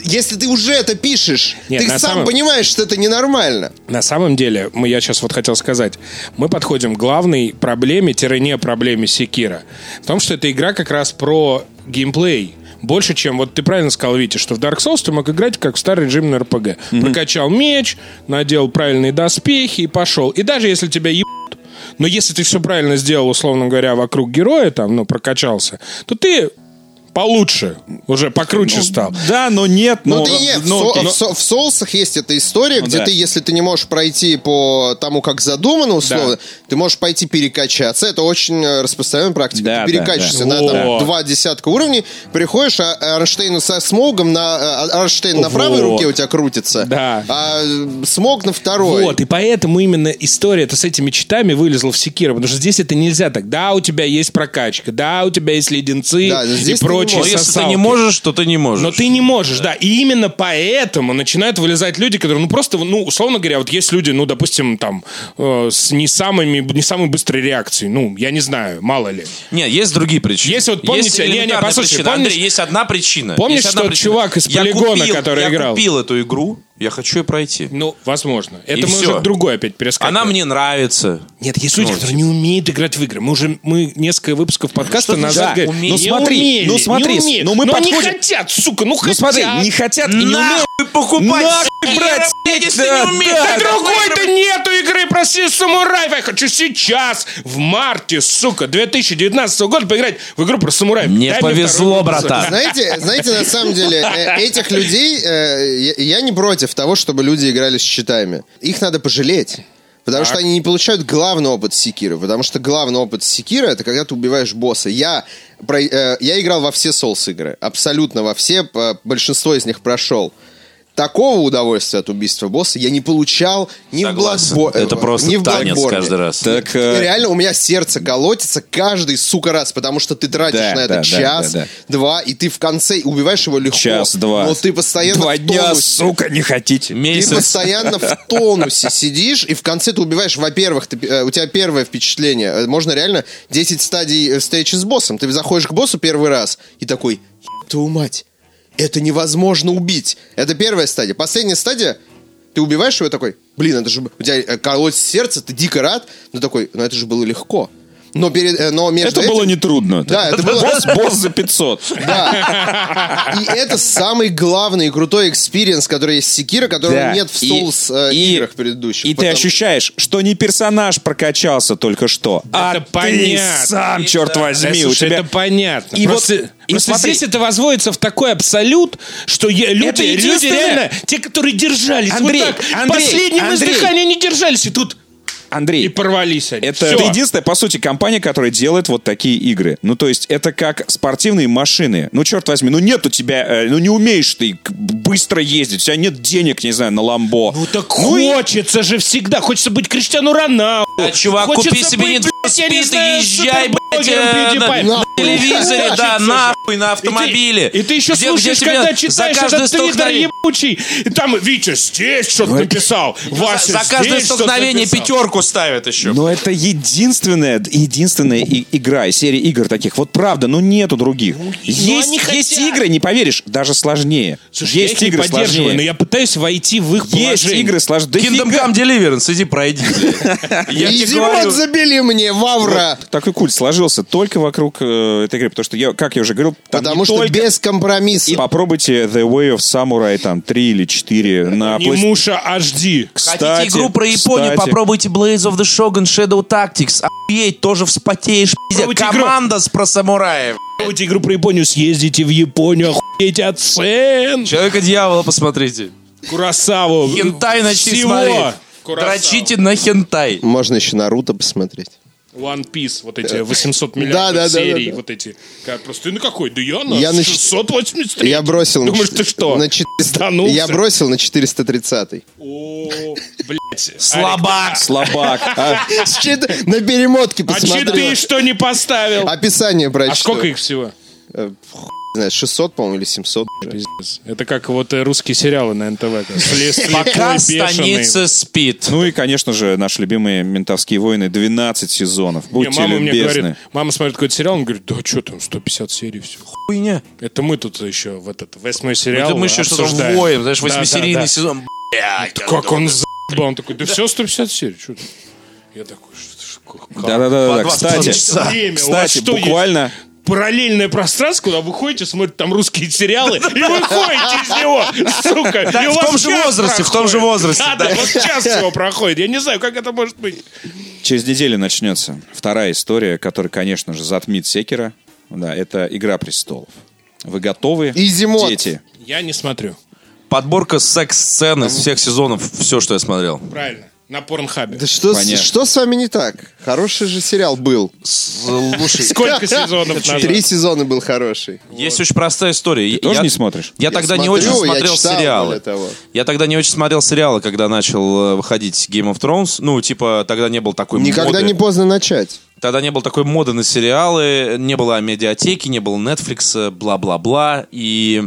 S4: Если ты уже это пишешь,
S2: Нет,
S4: ты
S2: на
S4: сам
S2: самом-
S4: понимаешь, что это ненормально.
S2: На самом деле, мы, я сейчас вот хотел сказать, мы подходим к главной проблеме, тире не проблеме Секира. В том, что эта игра как раз про геймплей. Больше, чем, вот ты правильно сказал, Витя, что в Dark Souls ты мог играть как в старый режим на РПГ. Прокачал меч, надел правильные доспехи и пошел. И даже если тебя ебут, но если ты все правильно сделал, условно говоря, вокруг героя, там, ну, прокачался, то ты получше, уже покруче стал.
S1: Да, но нет,
S4: Ну,
S1: но...
S4: ты не, в,
S1: но-
S4: со-
S1: но-
S4: в со- в соусах есть эта история, где
S1: да.
S4: ты, если ты не можешь пройти по тому, как задумано условно, ты можешь пойти перекачаться. Это очень э, распространенная практика.
S1: Да,
S4: ты
S1: да,
S2: да.
S4: перекачиваешься на там,
S2: Вот.
S4: два десятка уровней, приходишь, а Эйнштейну со смогом на э, Эйнштейн на правой
S2: Вот.
S4: руке у тебя крутится,
S2: Да.
S4: а э, смог на второй.
S2: Вот, и поэтому именно история-то с этими читами вылезла в Секиро, потому что здесь это нельзя так. Да, у тебя есть прокачка, да, у тебя есть леденцы
S4: Да, но
S2: и
S4: здесь ты не
S2: прочие
S3: Но если ты
S2: сосалки.
S3: не можешь, то ты не можешь.
S2: Но ты не можешь, да. И именно поэтому начинают вылезать люди, которые, ну, просто, ну, условно говоря, вот есть люди, ну, допустим, там, э, с не, самыми, не самой быстрой реакцией. Ну, я не знаю, мало ли.
S3: Не, есть другие причины.
S2: Есть вот, помните,
S3: Есть
S2: не, не,
S3: элементарная
S2: послушай,
S3: причина.
S2: помнишь-
S3: Андрей, есть одна причина.
S2: Помнишь,
S3: Есть одна
S2: тот
S3: причина.
S2: чувак из
S3: Я
S2: полигона,
S3: купил-
S2: который играл?
S3: Я купил эту игру, я хочу ее пройти.
S2: Ну, возможно. Это мы
S3: всё.
S2: уже к другой опять перескакиваем.
S3: Она мне нравится.
S2: Нет, есть люди, которые не умеют играть в игры. Мы уже мы несколько выпусков подкаста
S3: Что значит
S2: назад
S3: да,
S2: говорили,
S3: умеют?
S2: «Не
S3: Ну смотри,
S2: умели,
S1: ну смотри,
S2: не умеют».
S1: ну мы
S2: но они
S1: подходим-
S2: хотят, сука, ну
S1: Ну
S2: хотят.
S1: смотри, не хотят и не умеют.
S3: Нахуй покупать!
S1: Нахуй
S3: сыра,
S1: брать
S3: блядь, если
S1: да,
S3: не умеешь!
S2: Да
S3: Ты другой
S2: другой-то нету игры, прости, самураев. Я хочу сейчас, в марте, сука, 2019 года поиграть в игру про самураев.
S3: Не
S2: Дай мне
S3: повезло,
S2: вторую.
S3: братан.
S4: Знаете, знаете, на самом деле, э, этих людей э, я- я не против того, чтобы люди играли с щитами. Их надо пожалеть. Потому что они не получают главный опыт Секира. Потому что главный опыт Секира это когда ты убиваешь босса. Я, про- э, я играл во все соус игры. Абсолютно во все. п- Большинство из них прошел. Такого удовольствия от убийства босса я не получал ни
S3: Согласен.
S4: в Bloodborne.
S3: Это просто
S4: ни в
S3: танец
S4: Bloodborne.
S3: каждый раз.
S1: Так,
S4: И
S1: э,
S4: Реально, у меня сердце колотится каждый, сука, раз, потому что ты тратишь
S1: Да,
S4: на это
S1: да, да,
S4: час,
S1: да, да.
S4: два, и ты в конце убиваешь его легко.
S1: час-два.
S4: Но Ну, ты постоянно
S1: Два
S4: в
S1: дня,
S4: тонусе.
S1: сука, не хотите.
S4: Ты
S3: Месяц.
S4: постоянно в тонусе сидишь, и в конце ты убиваешь, во-первых, ты, э, у тебя первое впечатление. Э, Можно реально 10 стадий э, встречи с боссом. Ты заходишь к боссу первый раз и такой, «Еб твою мать, это невозможно убить. Это первая стадия. Последняя стадия, ты убиваешь его и такой, блин, это же... б- У тебя э, колотится сердце, ты дико рад, но такой, ну это же было легко. Но, перед, э, но между
S1: Это было
S4: этим-
S1: нетрудно.
S4: Да, это было-
S1: Босс, босс за 500.
S4: да. И это самый главный и крутой экспириенс, который есть в Секиро, которого
S1: Да.
S4: нет в
S1: И-
S4: Souls э,
S1: и-
S4: играх предыдущих.
S1: И ты
S4: Потому-
S1: ощущаешь, что не персонаж прокачался только что, а
S2: Это
S1: ты
S2: понятно.
S1: сам, черт
S2: Да,
S1: возьми, у
S2: слушай,
S1: тебя...
S2: это понятно.
S1: И
S2: просто,
S1: вот- и
S2: просто
S1: смотри.
S2: здесь это возводится в такой абсолют, что я- люди, люди
S1: единственное.
S2: реально, те, которые держались
S1: Андрей,
S2: вот так,
S1: Андрей,
S2: последним
S1: Андрей.
S2: издыханием не держались, и тут
S1: Андрей,
S2: и порвались они.
S1: Это,
S2: Всё.
S1: это единственная, по сути, компания, которая делает вот такие игры. Ну, то есть, это как спортивные машины. Ну, черт возьми, ну нет у тебя, э, ну не умеешь ты к- быстро ездить, у тебя нет денег, не знаю, на ламбо.
S2: Ну так
S1: и-
S2: хочется же всегда, хочется быть Криштиану Роналду.
S3: Да, а чувак,
S2: Хочется
S3: купи себе
S2: быть, блядь, я
S3: недоспит
S2: не
S3: и
S2: знаю,
S3: езжай, блядь,
S2: суперблогером
S3: э,
S2: PewDiePie.
S3: на- на
S2: Нахуй.
S3: телевизоре, да,
S2: Хочется же.
S3: нахуй, на автомобиле.
S2: И ты, и ты еще
S3: Где-
S2: слушаешь,
S3: где тебе
S2: когда читаешь
S3: за каждое
S2: этот твиттер
S3: столкновение-
S2: ебучий, и там Витя здесь что-то написал, Вася
S3: За за каждое
S2: здесь что-то
S3: столкновение
S2: написал. Ну,
S3: пятерку ставят еще.
S1: Но это единственная, единственная и- игра из серии игр таких. Вот правда, ну нету других. есть
S2: они
S1: есть
S2: хотят.
S1: игры, не поверишь, даже сложнее.
S2: Слушай, я
S1: есть
S2: их не
S1: игры
S2: поддерживаю, но
S1: сложнее.
S2: я пытаюсь войти в их
S1: Есть
S2: положение.
S1: игры сложнее.
S3: Kingdom Come Deliverance, иди пройди. Я тебе
S4: Иди вот
S3: говорю.
S4: забили мне, Вавра!
S1: Такой культ сложился только вокруг э, этой игры, потому что я, как я уже говорил, там
S4: Потому
S1: не
S4: что
S1: только
S4: без компромисса.
S1: И Попробуйте The Way of Samurai там 3 или 4 на
S2: Не
S1: PlayStation.
S2: муша а HD.
S1: Кстати,
S3: Хотите игру про Японию,
S1: кстати.
S3: попробуйте Blades of the Shogun Shadow Tactics. Охуеть, тоже вспотеешь, пиздец.
S2: Попробуйте игру.
S3: Команда с про самураев.
S2: Попробуйте игру про Японию, съездите в Японию, охуеть от цен.
S3: Человека-дьявола посмотрите.
S2: Курасаву.
S3: Хентай начни
S2: Всего.
S3: смотреть.
S2: Куросава.
S3: Дрочите на хентай.
S4: Можно еще Наруто посмотреть.
S2: One Piece, вот эти 800
S4: Да,
S2: миллиардов
S4: да, да,
S2: серий,
S4: да, да.
S2: вот эти. Как, просто ты на какой? Да я на
S4: Я на
S2: 683.
S4: Я бросил
S2: Думаешь,
S4: на,
S2: ты что?
S4: на 400
S2: Сданулся?
S4: Я бросил на 430
S2: О, блядь.
S3: Слабак.
S1: Слабак. А,
S4: С чит- На перемотке
S2: А
S4: посмотрел.
S2: читы что не поставил?
S4: Описание
S2: А
S4: прочитал.
S2: сколько их всего?
S4: Э, хуй знает, 600, по-моему, или 700.
S2: Пиздец. Это как вот э, русские сериалы на НТВ. как «Сле- Слепой,
S3: Пока
S2: бешеный».
S3: станица спит.
S1: Ну и, конечно же, наши любимые «Ментовские войны» 12 сезонов.
S2: Не,
S1: Будьте
S2: мама мне
S1: любезны.
S2: говорит, мама смотрит какой-то сериал, он говорит, да что там, 150 серий, все.
S3: Хуйня.
S2: Это мы тут еще в этот восьмой
S3: Ну,
S2: сериал
S3: Это мы еще что-то
S2: обсуждаем.
S3: воем, знаешь, восьмисерийный
S2: Да, да, да.
S3: сезон. Блядь,
S2: Как он за***бал, он такой, да все 150 серий, что ты? Я такой, что
S1: Да-да-да, да,
S3: По 20
S1: кстати,
S3: часа.
S2: Время, у вас
S1: кстати,
S2: что есть?
S1: буквально...
S2: параллельное пространство, куда вы ходите, смотрите там русские сериалы, и выходите из него, сука. И у
S3: в
S2: вас
S3: том же
S2: час
S3: возрасте, в том же
S2: проходит.
S3: возрасте,
S2: Да, да, вот час всего проходит. Я не знаю, как это может быть.
S1: Через неделю начнется вторая история, которая, конечно же, затмит Секера. Да, это «Игра престолов». Вы готовы,
S4: Изи мод.
S1: дети?
S2: Я не смотрю.
S3: Подборка секс-сцен из всех сезонов, все, что я смотрел.
S2: Правильно. На порнхабе.
S4: Да что, с,
S1: Понятно.
S4: что с вами не так? Хороший же сериал был.
S3: Слушай,
S2: Сколько сезонов назад?
S4: Три сезона был хороший.
S3: есть очень простая история. Я-
S1: Тоже
S3: я-
S1: не смотришь?
S3: Я, тогда не
S4: смотрю,
S3: очень
S4: я
S3: смотрел
S4: читал, более
S3: сериалы.
S4: того.
S3: Я тогда не очень смотрел сериалы, когда начал э, выходить Game of Thrones. Ну, типа, тогда не был такой
S4: Никогда
S3: моды.
S4: не поздно начать.
S3: Тогда не было такой моды на сериалы, не было медиатеки, не было Netflix, бла-бла-бла. И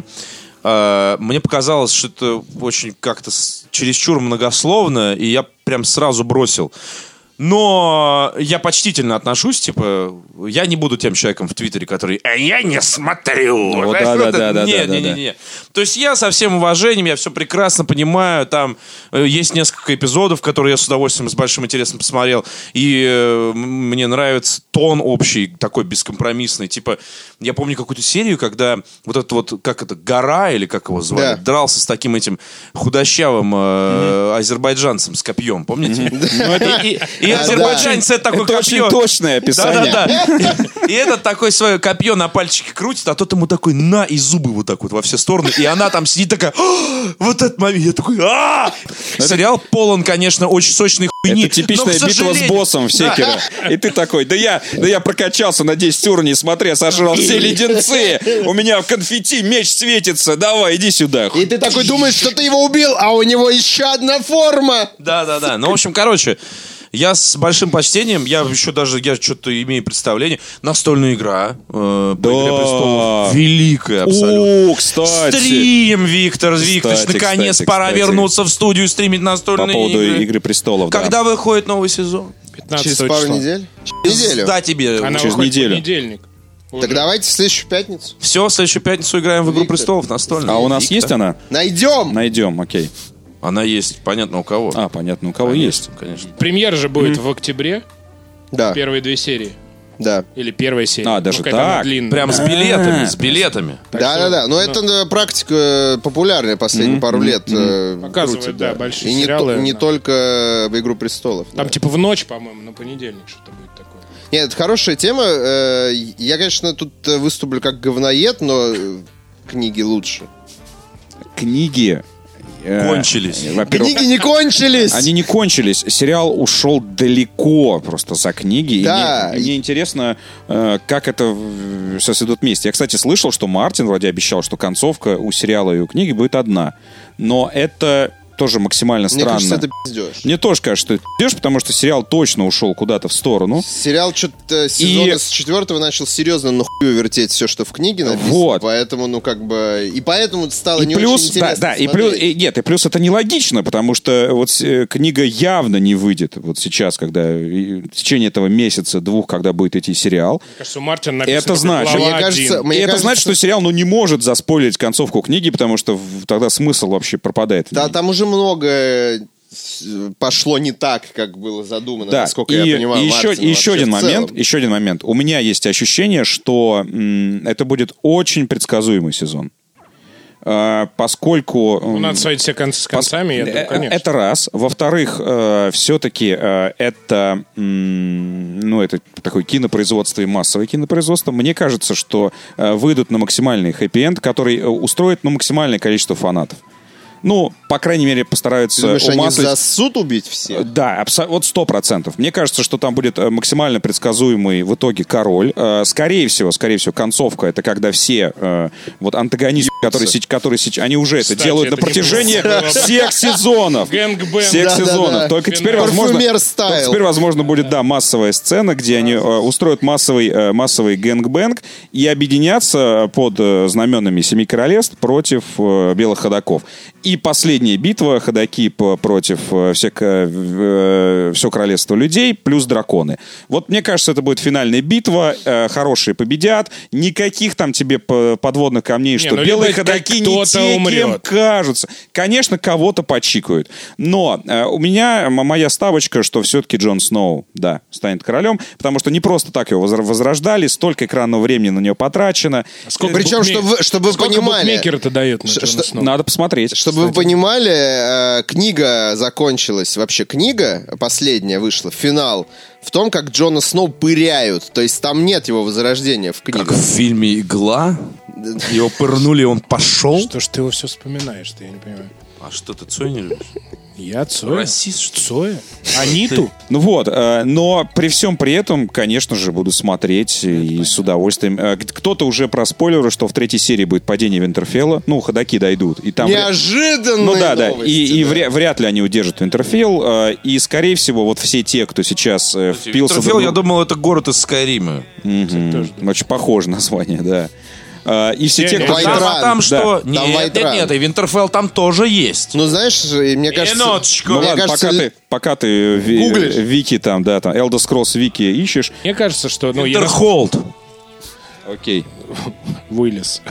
S3: э, мне показалось, что это очень как-то с- чересчур многословно, и я прям сразу бросил. Но я почтительно отношусь, типа, я не буду тем человеком в Твиттере, который «А я не смотрю!»
S1: Ну,
S3: Знаешь,
S1: да,
S3: вот
S1: да,
S3: это-
S1: да, да,
S3: не,
S1: да,
S3: не, не,
S1: да.
S3: не. То есть я со всем уважением, я все прекрасно понимаю, там э, есть несколько эпизодов, которые я с удовольствием, с большим интересом посмотрел, и э, м- мне нравится тон общий, такой бескомпромиссный, типа, я помню какую-то серию, когда вот этот вот, как это, гора, или как его звали,
S4: Да.
S3: дрался с таким этим худощавым э, азербайджанцем с копьем, помните?
S2: Ну,
S3: И- И и
S4: Да, да.
S3: азербайджанец это такой
S1: Это очень
S3: копье.
S1: точное описание.
S3: Да-да-да. И этот такой свое копье на пальчике крутит, а тот ему такой на, и зубы вот так вот во все стороны. И она там сидит такая, «А, вот этот момент. Я такой, а Сериал полон, конечно, очень сочной хуйни.
S1: Это типичная
S3: но,
S1: битва
S3: к
S1: с
S3: сожалению-
S1: боссом в Секиро. И ты такой, да я, да я прокачался на 10 уровней, смотри, я сожрал все леденцы, у меня в конфетти меч светится, давай, иди сюда.
S4: И ты такой думаешь, что ты его убил, а у него еще одна форма.
S3: Да, да, да. Ну, в общем, короче, я с большим почтением, я еще даже, я что-то имею представление, настольная игра э, по Игре
S1: Да.
S3: престолов. Великая абсолютно.
S1: О, кстати,
S3: Стрим, Виктор Викторович,
S1: Кстати,
S3: наконец
S1: кстати,
S3: пора
S1: кстати.
S3: вернуться в студию стримить
S1: по
S3: настольные
S1: поводу
S3: игры.
S1: Игры Престолов, да.
S3: Когда выходит новый сезон?
S2: 15
S4: Через пару
S2: числа.
S4: недель. Неделю.
S3: Да, тебе.
S2: Она
S1: Через
S2: выходит в
S1: неделю.
S2: понедельник.
S4: Так давайте в следующую пятницу.
S3: Все, в следующую пятницу играем в Игру
S4: Виктор.
S3: Престолов настольную.
S1: А у нас
S3: Виктор.
S1: есть она?
S4: Найдем.
S1: Найдем, окей.
S3: Она есть, понятно, у кого.
S1: А, понятно, у кого
S3: Конечно,
S1: есть.
S3: Конечно.
S2: Премьера же будет в октябре.
S4: Да,
S2: Первые две серии.
S4: да.
S2: Или первая серия. Ну,
S1: А, даже
S2: какая-то она
S1: так?
S2: длинная.
S3: Прям с
S2: Да.
S3: билетами, с билетами.
S4: Да, да, да. Но это э, практика э, популярная последние пару лет. э,
S2: Показывает,
S4: крутит,
S2: да, большие
S4: И не
S2: сериалы.
S4: то- не
S2: Да.
S4: только в «Игру престолов». да.
S2: Там типа в ночь, по-моему, на понедельник что-то будет такое.
S4: Нет, это хорошая тема. Э, Я, конечно, тут э, выступлю как говноед, но э, книги лучше.
S1: Книги... э,
S3: Кончились.
S1: Во-первых,
S4: не кончились!
S1: Они не кончились. Сериал ушел далеко просто за книги. И
S4: Да.
S1: мне, мне интересно, э, как это в- сейчас идут вместе. Я, кстати, слышал, что Мартин вроде обещал, что концовка у сериала и у книги будет одна. Но это тоже максимально
S4: Мне
S1: странно.
S4: кажется, это пиздеж.
S1: Мне тоже кажется, что это пиздёж, потому что сериал точно ушел куда-то в сторону.
S4: Сериал э, что-то сезона с четвертого начал серьезно на хую вертеть все, что в книге написано.
S1: Вот.
S4: Поэтому, ну, как бы... И поэтому стало
S1: И
S4: не
S1: плюс,
S4: очень
S1: да,
S4: интересно
S1: да, и
S4: смотреть.
S1: плюс, и- нет, и плюс это нелогично, потому что вот э, книга явно не выйдет вот сейчас, когда и в течение этого месяца двух, когда будет идти сериал.
S2: Мне кажется, у Мартина написано
S1: Это
S2: будет
S1: значит,
S2: глава
S4: Мне кажется,
S2: один.
S1: и
S4: мне
S1: это
S4: кажется-
S1: значит, что сериал ну, не может заспойлить концовку книги, потому что в- тогда смысл вообще пропадает.
S4: Да, там уже много пошло не так, как было задумано,
S1: Да,
S4: насколько
S1: и,
S4: я понимаю.
S1: и еще,
S4: Мартина
S1: и еще
S4: вообще
S1: один
S4: в целом.
S1: момент, еще один момент. У меня есть ощущение, что м, это будет очень предсказуемый сезон, А, поскольку
S2: Ну,
S1: м,
S2: надо сводить все концы с концами, я
S1: Э,
S2: думаю,
S1: э,
S2: конечно.
S1: Это раз. Во-вторых, все-таки это, м, ну, это такое кинопроизводство и массовое кинопроизводство. Мне кажется, что э, выйдут на максимальный хэппи-энд, который э, устроит ну, максимальное количество фанатов. Ну, по крайней мере,
S4: Ты
S1: постараются
S4: думаешь, они
S1: умаслить-
S4: за суд убить всех?
S1: Э, да, абсо- вот сто процентов. Мне кажется, что там будет э, максимально предсказуемый в итоге король. Э, Скорее всего, скорее всего, концовка это когда все э, вот антагонисты, которые сейчас, которые сейчас, они уже это
S2: Кстати,
S1: делают
S2: это
S1: на
S2: не
S1: протяжении
S2: было.
S1: всех сезонов,
S2: Гэнгбэнг.
S1: всех
S4: Да-да-да.
S1: сезонов. Только теперь возможно,
S4: Парфюмер
S1: только
S4: стайл.
S1: теперь возможно будет да массовая сцена, где они э, устроят массовый э, массовый гэнгбэнг и объединятся под э, знаменами семи королевств против э, белых ходаков. И последняя битва ходаки п- против э, все, к- э, все королевство людей плюс драконы. Вот мне кажется, это будет финальная битва, э, хорошие победят, никаких там тебе п- подводных камней, что
S2: ну,
S1: белые
S2: видать,
S1: ходаки не
S2: кто-то
S1: те, кем
S2: умрет.
S1: кажутся. Конечно, кого-то почикают. Но э, у меня м- моя ставочка, что все-таки Джон Сноу, да, станет королем, потому что не просто так его возра- возрождали, столько экранного времени на нее потрачено.
S2: А Сколько
S4: Причем,
S2: букмек-
S4: чтобы вы- чтобы вы
S2: Сколько
S4: понимали.
S2: букмекер-то дает на
S4: Ш-
S2: Джона
S4: что-
S1: Э,
S2: Сноу?
S1: Надо посмотреть.
S4: Чтобы вы понимали, э, книга закончилась, вообще книга последняя вышла, финал, в том, как Джона Сноу пыряют. То есть там нет его возрождения в
S3: Как
S4: книгах.
S3: в фильме «Игла». Его пырнули, и он пошел.
S2: Что ж ты его все вспоминаешь-то, я не понимаю.
S3: А что ты Цой не любишь?
S2: Я Цоя?
S3: Расист, что ли?
S2: Цоя? Аниту?
S1: Ну вот, э, но при всем при этом, конечно же, буду смотреть и с удовольствием. Э, Кто-то уже про спойлеры, что в третьей серии будет падение Винтерфелла. Ну, ходаки дойдут. И там вря-
S4: Неожиданно.
S1: Ну да, да. И, и вря- вряд ли они удержат Винтерфелл. э, И, скорее всего, вот все те, кто сейчас э, впился...
S3: Винтерфелл,
S1: друг-
S3: я думал, это город из Скайрима.
S1: Мгм. Очень похоже название, да. Э, И все те,
S2: Не,
S1: кто...
S3: А там, а
S4: Вайтран.
S3: там
S1: Да.
S3: что?
S4: Там
S3: нет, нет,
S4: Вайтран.
S3: нет, и Винтерфелл там тоже есть.
S4: Ну знаешь, э, мне кажется...
S3: Минуточку.
S1: Ну
S4: мне
S1: ладно,
S4: кажется,
S1: пока,
S4: л-
S1: ты, пока ты ви-
S4: Гуглишь.
S1: Вики там, да, там, Elder Scrolls Вики ищешь,
S2: Мне кажется, что... Ну, я
S3: Винтерхолд.
S1: окей.
S2: вылез.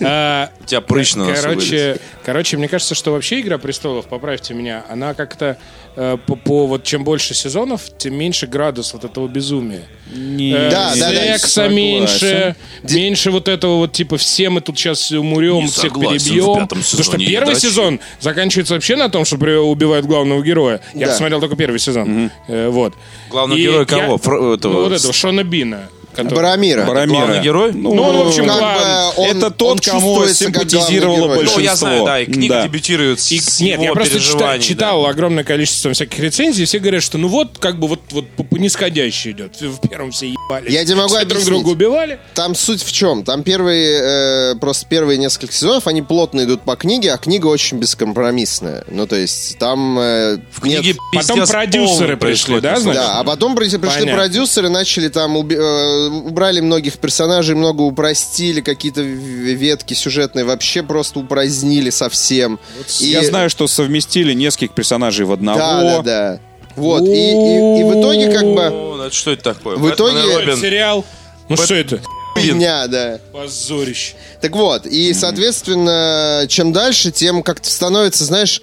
S2: А,
S3: У тебя прыщ на носу вылез.
S2: Короче, короче, мне кажется, что вообще «Игра престолов», поправьте меня, она как-то э, по, по- вот чем больше сезонов, тем меньше градус вот этого безумия. Э,
S4: Да, да, да,
S2: секса
S1: согласен.
S2: меньше, меньше вот этого вот типа все мы тут сейчас умрем,
S3: Не
S2: всех
S3: согласен, в
S2: перебьем.
S3: пятом
S2: Потому
S3: сезоне
S2: что
S3: я
S2: первый
S3: дрочил.
S2: сезон заканчивается вообще на том, что при- убивают главного героя. Я
S4: Да.
S2: посмотрел только первый сезон. Э, вот.
S3: Главного
S2: И
S3: героя
S2: я-
S3: кого? Фро-
S2: Ну,
S3: этого-
S2: вот этого Шона Бина. который-
S4: Барамира.
S1: Барамира.
S3: Главный герой?
S1: Ну,
S2: Ну, он, в общем,
S4: Как
S2: главный.
S4: бы он-
S1: это тот,
S4: он
S1: кому
S4: чувствуется как
S1: симпатизировало
S4: главный герой.
S1: большинство.
S3: Ну, я знаю, да, и книга
S1: Да.
S3: дебютирует с
S2: И-
S3: с
S2: нет,
S3: его
S2: я просто чита-
S3: переживаний, да.
S2: читал огромное количество всяких рецензий, и все говорят, что ну вот, как бы вот, вот по, по нисходящей идет. В первом все ебали.
S4: Я тебе могу
S2: все друг
S4: объяснить.
S2: друга убивали.
S4: Там суть в чем? Там первые, э, просто первые несколько сезонов, они плотно идут по книге, а книга очень бескомпромиссная. Ну, то есть, там... э,
S3: В книге
S4: нет-
S2: Потом
S3: пиздец
S2: продюсеры пришли,
S3: полный происходит.
S2: да, значит?
S4: Да, а потом при- пришли
S2: Понятно.
S4: продюсеры, начали там, уби- э, убрали многих персонажей, много упростили, какие-то в- ветки сюжетные вообще просто упразднили совсем. И-
S1: Я знаю, что совместили нескольких персонажей в
S2: А
S1: одного.
S4: Да, да, да. Вот, и, и- и в итоге как бы...
S3: О, ну это что это такое?
S4: В итоге-
S3: Бэтмен и
S2: Этот
S3: Робин.
S2: сериал. Ну что это?
S4: Дня, да.
S2: Позорище.
S4: Так вот, и, соответственно, чем дальше, тем как-то становится, знаешь,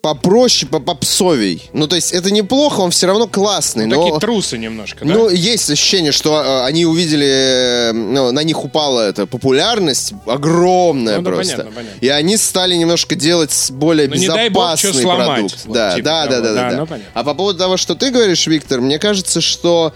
S4: попроще, попсовей. Ну, то есть, это неплохо, он все равно классный,
S2: Ну, Такие
S4: но...
S2: трусы немножко, да?
S4: Ну, есть ощущение, что э, они увидели, э, ну, на них упала эта популярность огромная
S2: Ну да,
S4: просто.
S2: понятно, понятно.
S4: И они стали немножко делать с- более
S2: Ну, не дай бог, чё
S4: безопасный
S2: сломать,
S4: продукт.
S2: вот,
S4: да,
S2: типа
S4: да, да,
S2: того.
S4: да,
S2: Да,
S4: да, да.
S2: ну, понятно.
S4: А по поводу того, что ты говоришь, Виктор, мне кажется, что,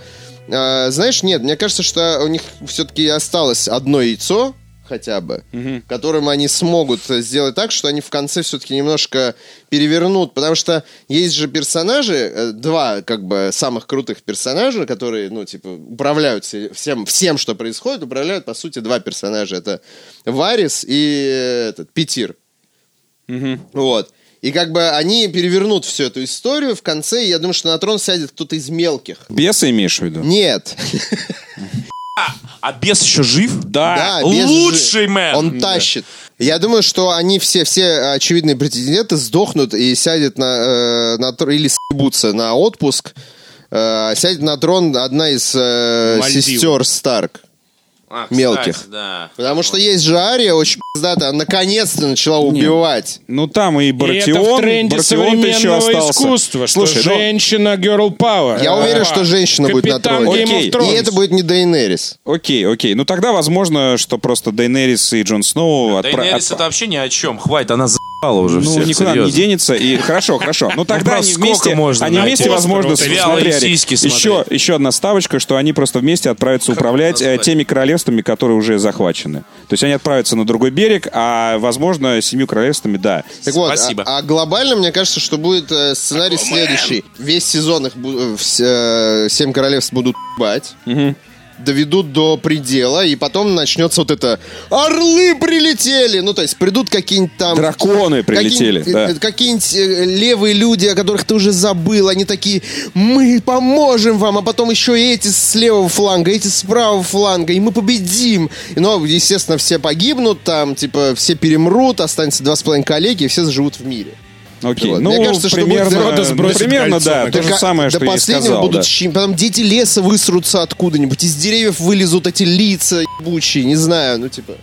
S4: э, знаешь, нет, мне кажется, что у них все-таки осталось одно яйцо хотя бы, которым они смогут э, сделать так, что они в конце все-таки немножко перевернут, потому что есть же персонажи, э, два как бы самых крутых персонажа, которые, ну, типа, управляют се- всем, всем, что происходит, управляют, по сути, два персонажа. Это Варис и э, этот, Петир. Вот. И как бы они перевернут всю эту историю в конце, и я думаю, что на трон сядет кто-то из мелких.
S1: Беса имеешь в виду?
S4: Нет.
S3: А бес еще жив?
S4: Да,
S2: А,
S4: без
S3: Лучший
S4: жи-
S3: мэн!
S4: Он тащит. Я думаю, что они все, все очевидные претенденты сдохнут и сядет на, э, на трон, или съебутся на отпуск. Э, сядет на трон одна из э,
S2: Мальдивы.
S4: сестер Старк.
S3: А, кстати,
S4: мелких.
S3: да.
S4: Потому что есть же Ария, очень пиздатая, она наконец-то начала убивать.
S1: Ну там и
S2: И это в
S1: Бартион,
S2: тренде
S1: Бартион еще
S2: современного
S1: остался.
S2: искусства, что
S1: Слушай, ну,
S2: женщина girl power.
S4: Я
S2: А,
S4: уверен, что женщина будет на
S2: капитан
S4: троне.
S2: Game of
S1: Окей. И
S4: И
S2: Thrones.
S4: это будет не Дейнерис.
S1: окей, окей. Ну тогда возможно, что просто Дейнерис и Джон Сноу отпра-
S3: Дейнерис
S1: отпа-
S3: это вообще ни о чем. Хватит, она заебала уже
S1: Ну,
S3: всех,
S1: никуда
S3: серьезно.
S1: не денется. И хорошо, хорошо. Ну тогда
S3: просто
S1: они
S3: сколько
S1: вместе,
S3: можно
S1: они
S3: на
S1: вместе,
S3: постер?
S1: возможно,
S3: Вот
S1: смотри,
S3: вялые
S1: Ари,
S3: сиськи смотреть.
S1: еще еще одна ставочка, что они просто вместе отправятся управлять э,
S3: назвать?
S1: теми королевствами, которые уже захвачены. То есть они отправятся на другой берег, а возможно семью королевствами, да.
S4: Так вот,
S3: Спасибо.
S4: А, а глобально, мне кажется, что будет э, сценарий следующий. Весь сезон их бу- э, вс- э, Семь королевств будут бать. Доведут до предела, и потом начнется вот это «Орлы прилетели!» Ну, то есть придут какие-нибудь там...
S1: Драконы прилетели,
S4: какие-нибудь,
S1: да.
S4: э, Какие-нибудь э, левые люди, о которых ты уже забыл, они такие «Мы поможем вам!» А потом еще и эти с левого фланга, эти с правого фланга, и мы победим! Но, естественно, все погибнут там, типа, все перемрут, останется два с половиной коллеги, и все заживут в мире.
S1: Окей,
S4: Вот.
S1: ну
S4: Мне кажется, что будет
S1: примерно,
S4: Фродо
S1: ну,
S2: сбросит
S1: примерно
S2: кольцо
S1: да,
S2: на
S1: то же
S4: Только
S1: самое,
S4: до
S1: что я и
S4: последнего
S1: сказал.
S4: будут
S1: да.
S4: щи- Потом дети леса высрутся откуда-нибудь, из деревьев вылезут эти лица ебучие, не знаю, ну типа. и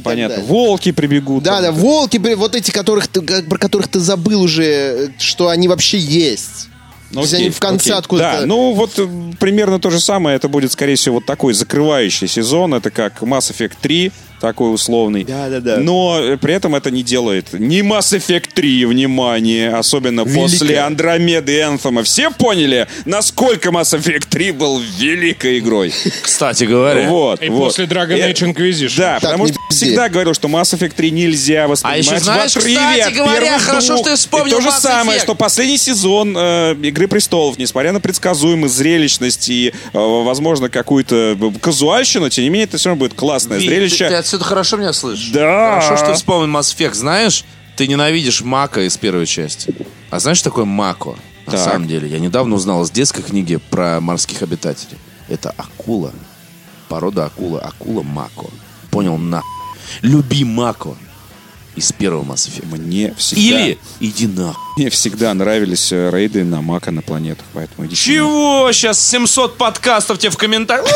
S4: так
S1: Понятно,
S4: далее.
S1: волки прибегут. там.
S4: Да, да, волки, блин, вот эти, которых ты, как- про которых ты забыл уже, э, что они вообще есть.
S1: Ну,
S4: То есть они
S1: окей,
S4: в конце
S1: окей.
S4: откуда-то...
S1: Да, ну вот э, примерно то же самое. Это будет, скорее всего, вот такой закрывающий сезон. Это как Mass Effect 3, такой условный.
S4: Да-да-да.
S1: Но э, при этом это не делает ни Mass Effect 3, внимание, особенно после Андромеды и Энтома. Все поняли, насколько Mass Effect 3 был великой игрой?
S3: Кстати говоря.
S1: Вот,
S2: И
S1: вот.
S2: после Dragon
S1: Э,
S2: Age Inquisition.
S1: Да, потому
S4: не
S1: что
S4: пизди.
S1: всегда говорил, что Mass Effect 3 нельзя
S3: А
S1: воспринимать
S3: еще знаешь,
S1: в отрыве
S3: кстати
S1: от
S3: говоря,
S1: первых
S3: хорошо,
S1: двух.
S3: что ты вспомнил
S1: И то же
S3: Mass
S1: самое,
S3: Effect.
S1: что последний сезон э, Игры Престолов, несмотря на предсказуемость, зрелищность и, э, возможно, какую-то э, казуальщину, тем не менее, это все равно будет классное
S3: Ви,
S1: зрелище.
S3: Ты, ты отсюда хорошо меня слышишь?
S1: Да.
S3: Хорошо, что ты вспомнил Mass Effect. Знаешь, ты ненавидишь Мака из первой части. А знаешь, что такое Мако? На
S1: Так.
S3: самом деле, я недавно узнал из детской книги про морских обитателей. Это акула. Порода акула. Акула Мако. Понял, на. Люби Мако из первого Mass Effect.
S1: Мне всегда,
S3: Или иди на.
S1: мне всегда нравились э, рейды на Мака на планетах, поэтому идите на-
S3: Чего? Сейчас 700 подкастов тебе в комментариях.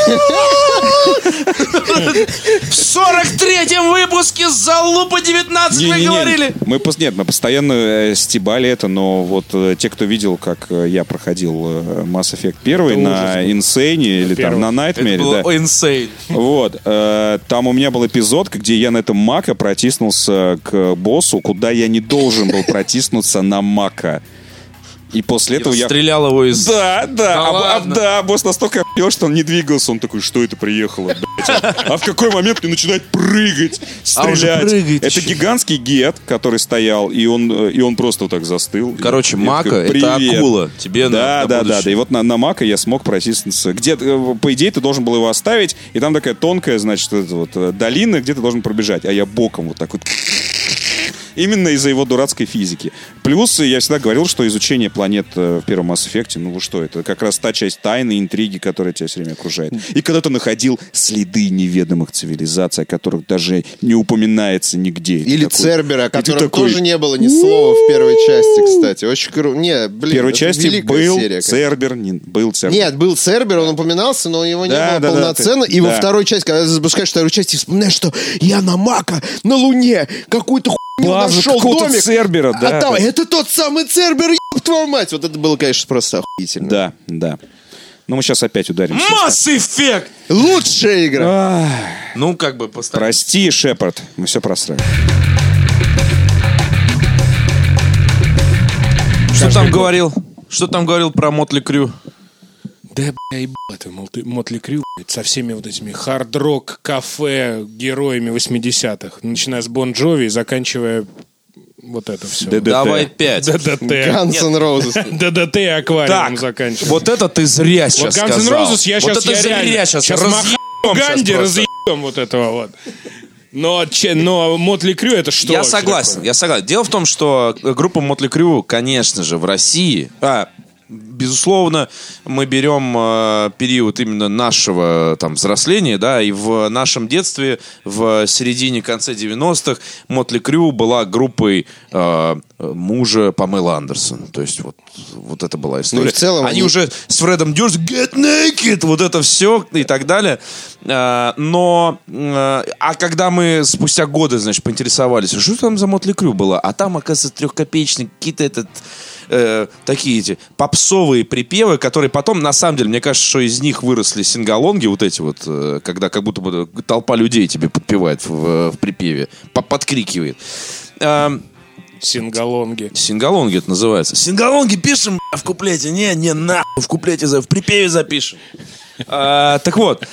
S3: В 43-м выпуске залупа 19
S1: Не-не-не,
S3: вы говорили.
S1: Мы, пос- нет, мы постоянно э, стебали это, но вот э, те, кто видел, как э, я проходил э, Mass Effect 1 на Insane или
S2: первый.
S1: там на Nightmare,
S3: Это
S1: да.
S3: было insane.
S1: Вот. э, Там у меня был эпизод, где я на этом Мака протиснулся к боссу, куда я не должен был протиснуться на Мака. И после этого я...
S3: Стрелял его из...
S1: Да, да,
S3: Да
S1: а бо- а-
S3: ладно.
S1: да, босс настолько охуел, что он не двигался, он такой, что это приехало, блядь? А в какой момент мне начинает прыгать,
S3: А он же
S1: стрелять?
S3: прыгает
S1: это
S3: еще.
S1: гигантский гет, который стоял, и он, э, и он просто вот так застыл.
S3: Короче,
S1: Я
S3: Мака
S1: такой,
S3: это
S1: «Привет».
S3: акула. Тебе на-
S1: да,
S3: на
S1: да, да,
S3: будущее.
S1: да. И вот на, на Мака я смог протиснуться. Где, э, по идее, ты должен был его оставить, и там такая тонкая, значит, эта вот э, долина, где ты должен пробежать. А я боком вот так вот Именно из-за его дурацкой физики. Плюс я всегда говорил, что изучение планет э, в первом Mass Effect, ну вы что, это как раз та часть тайны, интриги, которая тебя все время окружает. И когда ты находил следы неведомых цивилизаций, о которых даже не упоминается нигде. И ты
S4: Или
S1: такой-
S4: Цербера,
S1: и
S4: о
S1: ты
S4: котором
S1: такой,
S4: тоже не было ни слова в первой части, кстати. Очень круто. Не, блин,
S1: В первой
S4: это
S1: части
S4: великая
S1: был
S4: серия, конечно.
S1: Цербер, не- был Цербер.
S4: Нет, был Цербер, он упоминался, но его не
S1: Да,
S4: было
S1: да, да,
S4: полноценно.
S1: ты-
S4: и во
S1: да.
S4: второй части, когда ты запускаешь вторую часть, и вспоминаешь, что я на Мака, на Луне, какую-то хуйню
S1: Базу
S4: нашел
S1: какого-то
S4: домик.
S1: Цербера, да,
S4: А там,
S1: да.
S4: это тот самый Цербер, еб твою мать. Вот это было, конечно, просто охуительно.
S1: Да, да. Но мы сейчас опять ударимся.
S3: Mass Effect!
S4: Лучшая игра.
S1: А. Ах,
S3: Ну, как бы поставь.
S1: Прости, Шепард, мы все просрали.
S3: Что там говорил? Что там говорил про Мотли Крю?
S2: Да, бля, ебал это, мол, ты Мотли Крю, блядь, со всеми вот этими хард-рок, кафе, героями 80-х. Начиная с Бон Джови и заканчивая вот это все.
S1: ДДТ.
S3: Давай пять.
S2: ДДТ.
S4: Guns N' Roses.
S2: ДДТ и аквариум заканчивая.
S3: Вот это ты зря
S2: Вот
S3: сейчас
S2: Guns N'
S3: сказал.
S2: Roses я
S3: Вот
S2: сейчас...
S3: это
S2: я
S3: зря
S2: реально-
S3: сейчас.
S2: Сейчас
S3: Разъебем
S2: махну Ганди,
S3: сейчас просто.
S2: разъебем вот этого вот. Но, че- но Мотли Крю это что?
S3: Я
S2: вообще
S3: согласен,
S2: такое?
S3: я согласен. Дело в том, что э, группа Мотли Крю, конечно же, в России, а, безусловно, мы берем э, период именно нашего там взросления, да, и в нашем детстве, в середине-конце 90-х Мотли Крю была группой э, мужа Памелы Андерсон. То есть вот, вот это была история.
S4: Ну, в целом
S3: они,
S4: они-
S3: уже с Фредом Дюрс, get naked, вот это все и так далее. Э, Но, э, а когда мы спустя годы, значит, поинтересовались, «А что там за Мотли Крю было, а там, оказывается, трехкопеечник, какие-то этот, э, такие эти попсовые припевы, которые потом, на самом деле, мне кажется, что из них выросли сингалонги, вот эти вот, э, когда как будто бы толпа людей тебе подпевает в, в припеве, по- подкрикивает. Эм,
S2: Сингалонги.
S3: Сингалонги это называется. Сингалонги пишем бля, в куплете. Не, не, на, в куплете, за- в припеве запишем. А, так вот,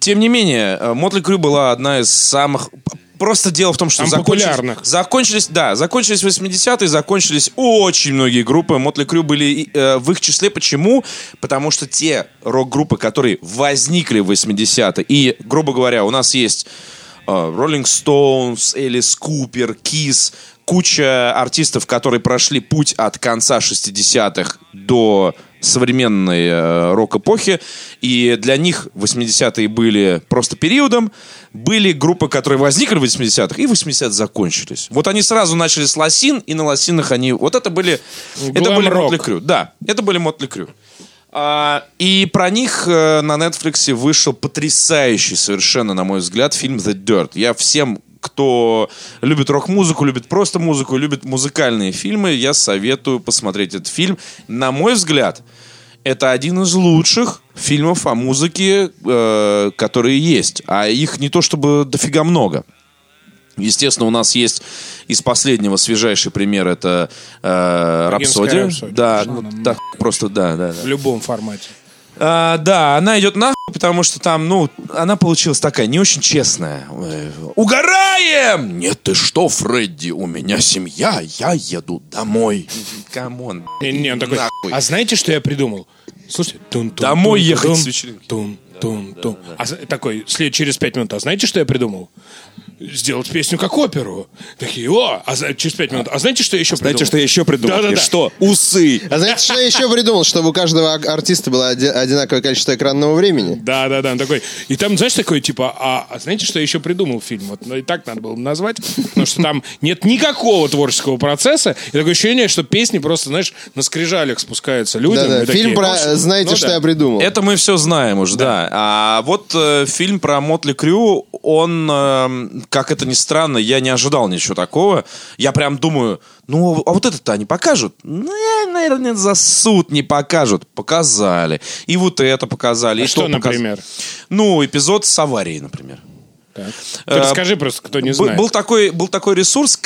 S3: тем не менее, Мотли Крю была одна из самых... Просто дело в том, что
S2: Там
S3: закончились,
S2: популярных.
S3: закончились, да, закончились 80-е, закончились очень многие группы. Мотли Крю были и, э, в их числе. Почему? Потому что те рок-группы, которые возникли в 80-е, и, грубо говоря, у нас есть э, Роллинг Стоунс, Элис Купер, Кис, куча артистов, которые прошли путь от конца 60-х до современной э, рок-эпохи. И для них 80-е были просто периодом. Были группы, которые возникли в 80-х, и 80-е закончились. Вот они сразу начали с лосин, и на лосинах они... Вот это были... это были
S2: Глэм-рок.
S3: Мотли Крю. Да, это были Мотли Крю. А, и про них э, на Netflix вышел потрясающий совершенно, на мой взгляд, фильм The Dirt. Я всем кто любит рок-музыку, любит просто музыку, любит музыкальные фильмы, я советую посмотреть этот фильм. На мой взгляд, это один из лучших фильмов о музыке, э, которые есть. А их не то чтобы дофига много. Естественно, у нас есть из последнего свежайший пример это э,
S2: Богемская
S3: Рапсодия.
S2: рапсодия.
S3: Да,
S2: Пошла
S3: ну,
S2: она
S3: так просто, да, да. да.
S2: В любом формате.
S3: А, да, она идет нахуй, потому что там, ну, она получилась такая не очень честная. Э, Угораем! Нет, ты что, Фредди, у меня семья, я еду домой. Камон.
S2: Не, не, он такой,
S3: Нахуй.
S2: а знаете, что я придумал? Слушайте, тун -тун
S3: Домой ехать с вечеринки.
S2: Тун, тун, тун. А з- такой, след через пять минут, а знаете, что я придумал? Сделать песню как оперу. Такие, о, а за- через пять минут. А знаете, что я еще придумал?
S1: Знаете, что я еще придумал?
S2: Да-да-да.
S1: И Что? Усы.
S4: А знаете, что я еще придумал? Чтобы у каждого ар- артиста было оди- одинаковое количество экранного времени.
S2: Да, да, да, он такой. И там, знаешь, такой, типа, а, а знаете, что я еще придумал фильм? Вот, ну и так надо было бы назвать, потому что там нет никакого творческого процесса. И такое ощущение, что песни просто, знаешь, на скрижалях спускаются люди.
S4: Да-да,
S2: и такие,
S4: Фильм про
S2: «Ну,
S4: э, «Знаете,
S2: ну
S4: что
S2: да».
S4: я придумал».
S3: Это мы все знаем уже, да. А вот э, фильм про Мотли Крю, он, эм, как это ни странно, я не ожидал ничего такого. Я прям думаю, ну, а вот это-то они покажут? «Ну, Не, наверное, засуд не покажут. Показали. И вот это показали.
S2: А
S3: и то
S2: что,
S3: показ-
S2: например?
S3: Ну, эпизод с аварией, например.
S2: Так. Ты
S3: Э,
S2: расскажи просто, кто не
S3: Был-
S2: знает.
S3: Был такой, был такой ресурс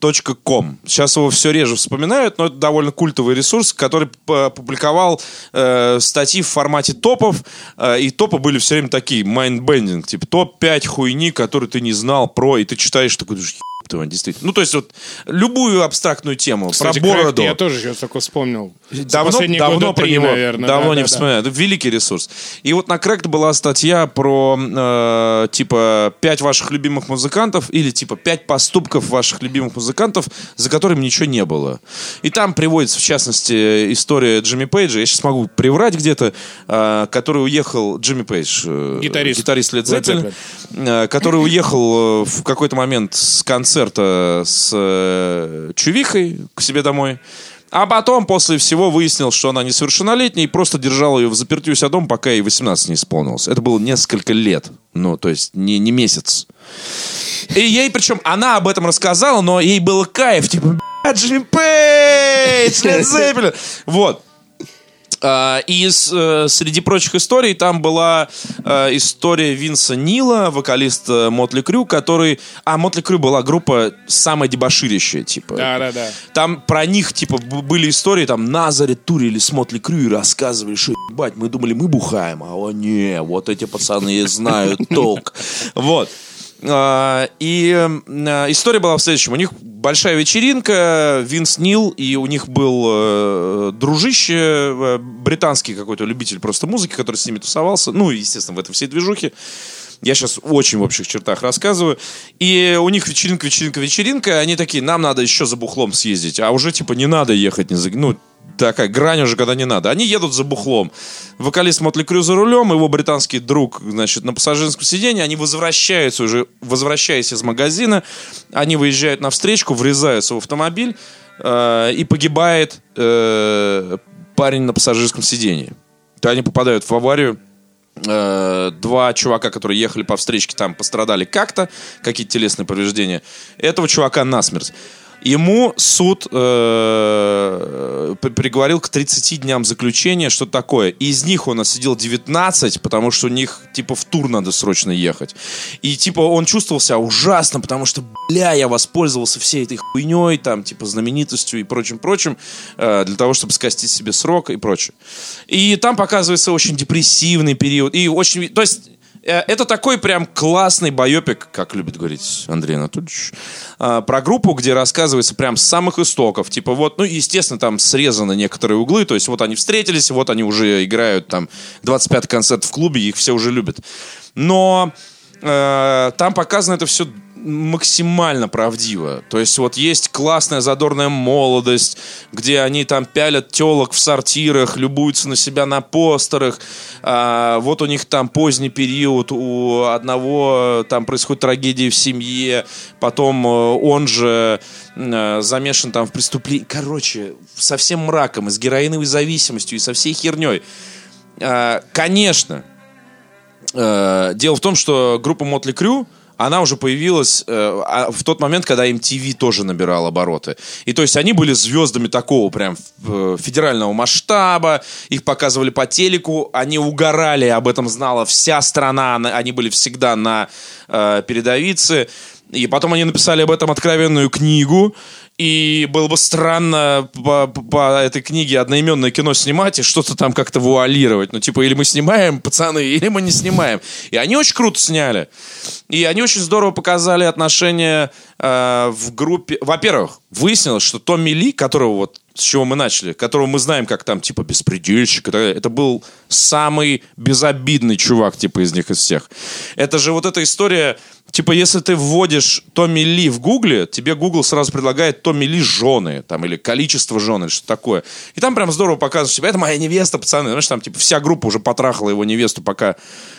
S3: cracked.com. Сейчас его все реже вспоминают, но это довольно культовый ресурс, который п- публиковал э, статьи в формате топов. э, и топы были все время такие, майндбендинг, типа топ-5 хуйни, которые ты не знал про, и ты читаешь такой, думаешь, «Еб твою мать, действительно. Ну, то есть вот любую абстрактную тему.
S2: Кстати,
S3: про
S2: «Крэкт»
S3: бороду.
S2: Я тоже сейчас только вспомнил. За
S3: Давно,
S2: последние
S3: давно
S2: года
S3: про
S2: три,
S3: него,
S2: наверное.
S3: давно
S2: Да,
S3: не
S2: да, да.
S3: вспоминаю. Это великий ресурс. И вот на Крэкт была статья про э, типа пять ваших любимых музыкантов или типа пять поступков ваших любимых музыкантов, за которыми ничего не было. И там приводится в частности история Джимми Пейджа. Я сейчас могу приврать где-то, э, который уехал Джимми Пейдж, э,
S2: Гитарист.
S3: гитарист Led
S2: Led
S3: Zeppelin, э, который уехал э, в какой-то момент с концерта с э, Чувихой к себе домой. А потом, после всего, выяснил, что она несовершеннолетняя и просто держал ее в запертью у себя дома, пока ей 18 не исполнилось. Это было несколько лет. Ну, то есть не, не месяц. И ей, причем, она об этом рассказала, но ей было кайф. Типа, «Бля, Джим Пейдж, Led Zeppelin». Вот. А, И с- э, среди прочих историй там была э, история Винса Нила, вокалиста Мотли Крю, который... А, Мотли Крю была группа самая дебоширящая, типа.
S2: Да, да, да.
S3: Там про них, типа, б- были истории, там, Назаре турили с Мотли Крю и рассказывали, что, ебать, мы думали, мы бухаем, а о, не, вот эти пацаны знают толк. Вот. А, И м, а, история была в следующем. У них большая вечеринка, Винс Нил, и у них был э, дружище, э, британский какой-то любитель просто музыки, который с ними тусовался. Ну, естественно, в этой всей движухе. Я сейчас очень в общих чертах рассказываю. И у них вечеринка, вечеринка, вечеринка. Они такие, нам надо еще за бухлом съездить. А уже, типа, не надо ехать. Не за... Ну, такая грань уже, когда не надо. Они едут за бухлом. Вокалист Мотли Крю за рулем, его британский друг, значит, на пассажирском сиденье. Они возвращаются уже, возвращаясь из магазина. Они выезжают на встречку, врезаются в автомобиль. э, и погибает э, парень на пассажирском сиденье. То они попадают в аварию. Э, Два чувака, которые ехали по встречке, там пострадали как-то, какие-то телесные повреждения. Этого чувака насмерть. Ему суд э, при- приговорил к 30 дням заключения, что такое. Из них он отсидел 19, потому что у них типа в тур надо срочно ехать. И типа он чувствовал себя ужасно, потому что, бля, я воспользовался всей этой хуйней, там, типа, знаменитостью и прочим-прочим, э, для того, чтобы скостить себе срок и прочее. И там показывается очень депрессивный период. И очень... То есть... э, Это такой прям классный байопик, как любит говорить Андрей Анатольевич, э, про группу, где рассказывается прям с самых истоков. Типа вот, ну, естественно, там срезаны некоторые углы, то есть вот они встретились, вот они уже играют там 25 концерт в клубе, их все уже любят. Но э, там показано это все максимально правдиво. То есть вот есть классная задорная молодость, где они там пялят телок в сортирах, любуются на себя на постерах. А, вот у них там поздний период, у одного э, там происходит трагедия в семье, потом э, он же э, замешан там в преступлении. Короче, со всем мраком, и с героиновой зависимостью, и со всей херней. А, конечно, Э, дело в том, что группа Мотли Крю, она уже появилась э, а- в тот момент, когда MTV тоже набирал обороты. И то есть они были звездами такого прям э, федерального масштаба, их показывали по телеку, они угорали, об этом знала вся страна, на- они были всегда на э, передовице. И потом они написали об этом откровенную книгу. И было бы странно по, по этой книге одноименное кино снимать и что-то там как-то вуалировать. Ну, типа, или мы снимаем, пацаны, или мы не снимаем. И они очень круто сняли. И они очень здорово показали отношения э, в группе. Во-первых, выяснилось, что Томми Ли, которого вот с чего мы начали, которого мы знаем как там, типа, беспредельщик и так далее. Это был самый безобидный чувак, типа, из них, из всех. Это же вот эта история, типа, если ты вводишь Томми Ли в гугле, тебе Google сразу предлагает Томми Ли жены, там, или количество жены, что такое. И там прям здорово показывают себя, это моя невеста, пацаны. Знаешь, там, типа, вся группа уже потрахала его невесту, пока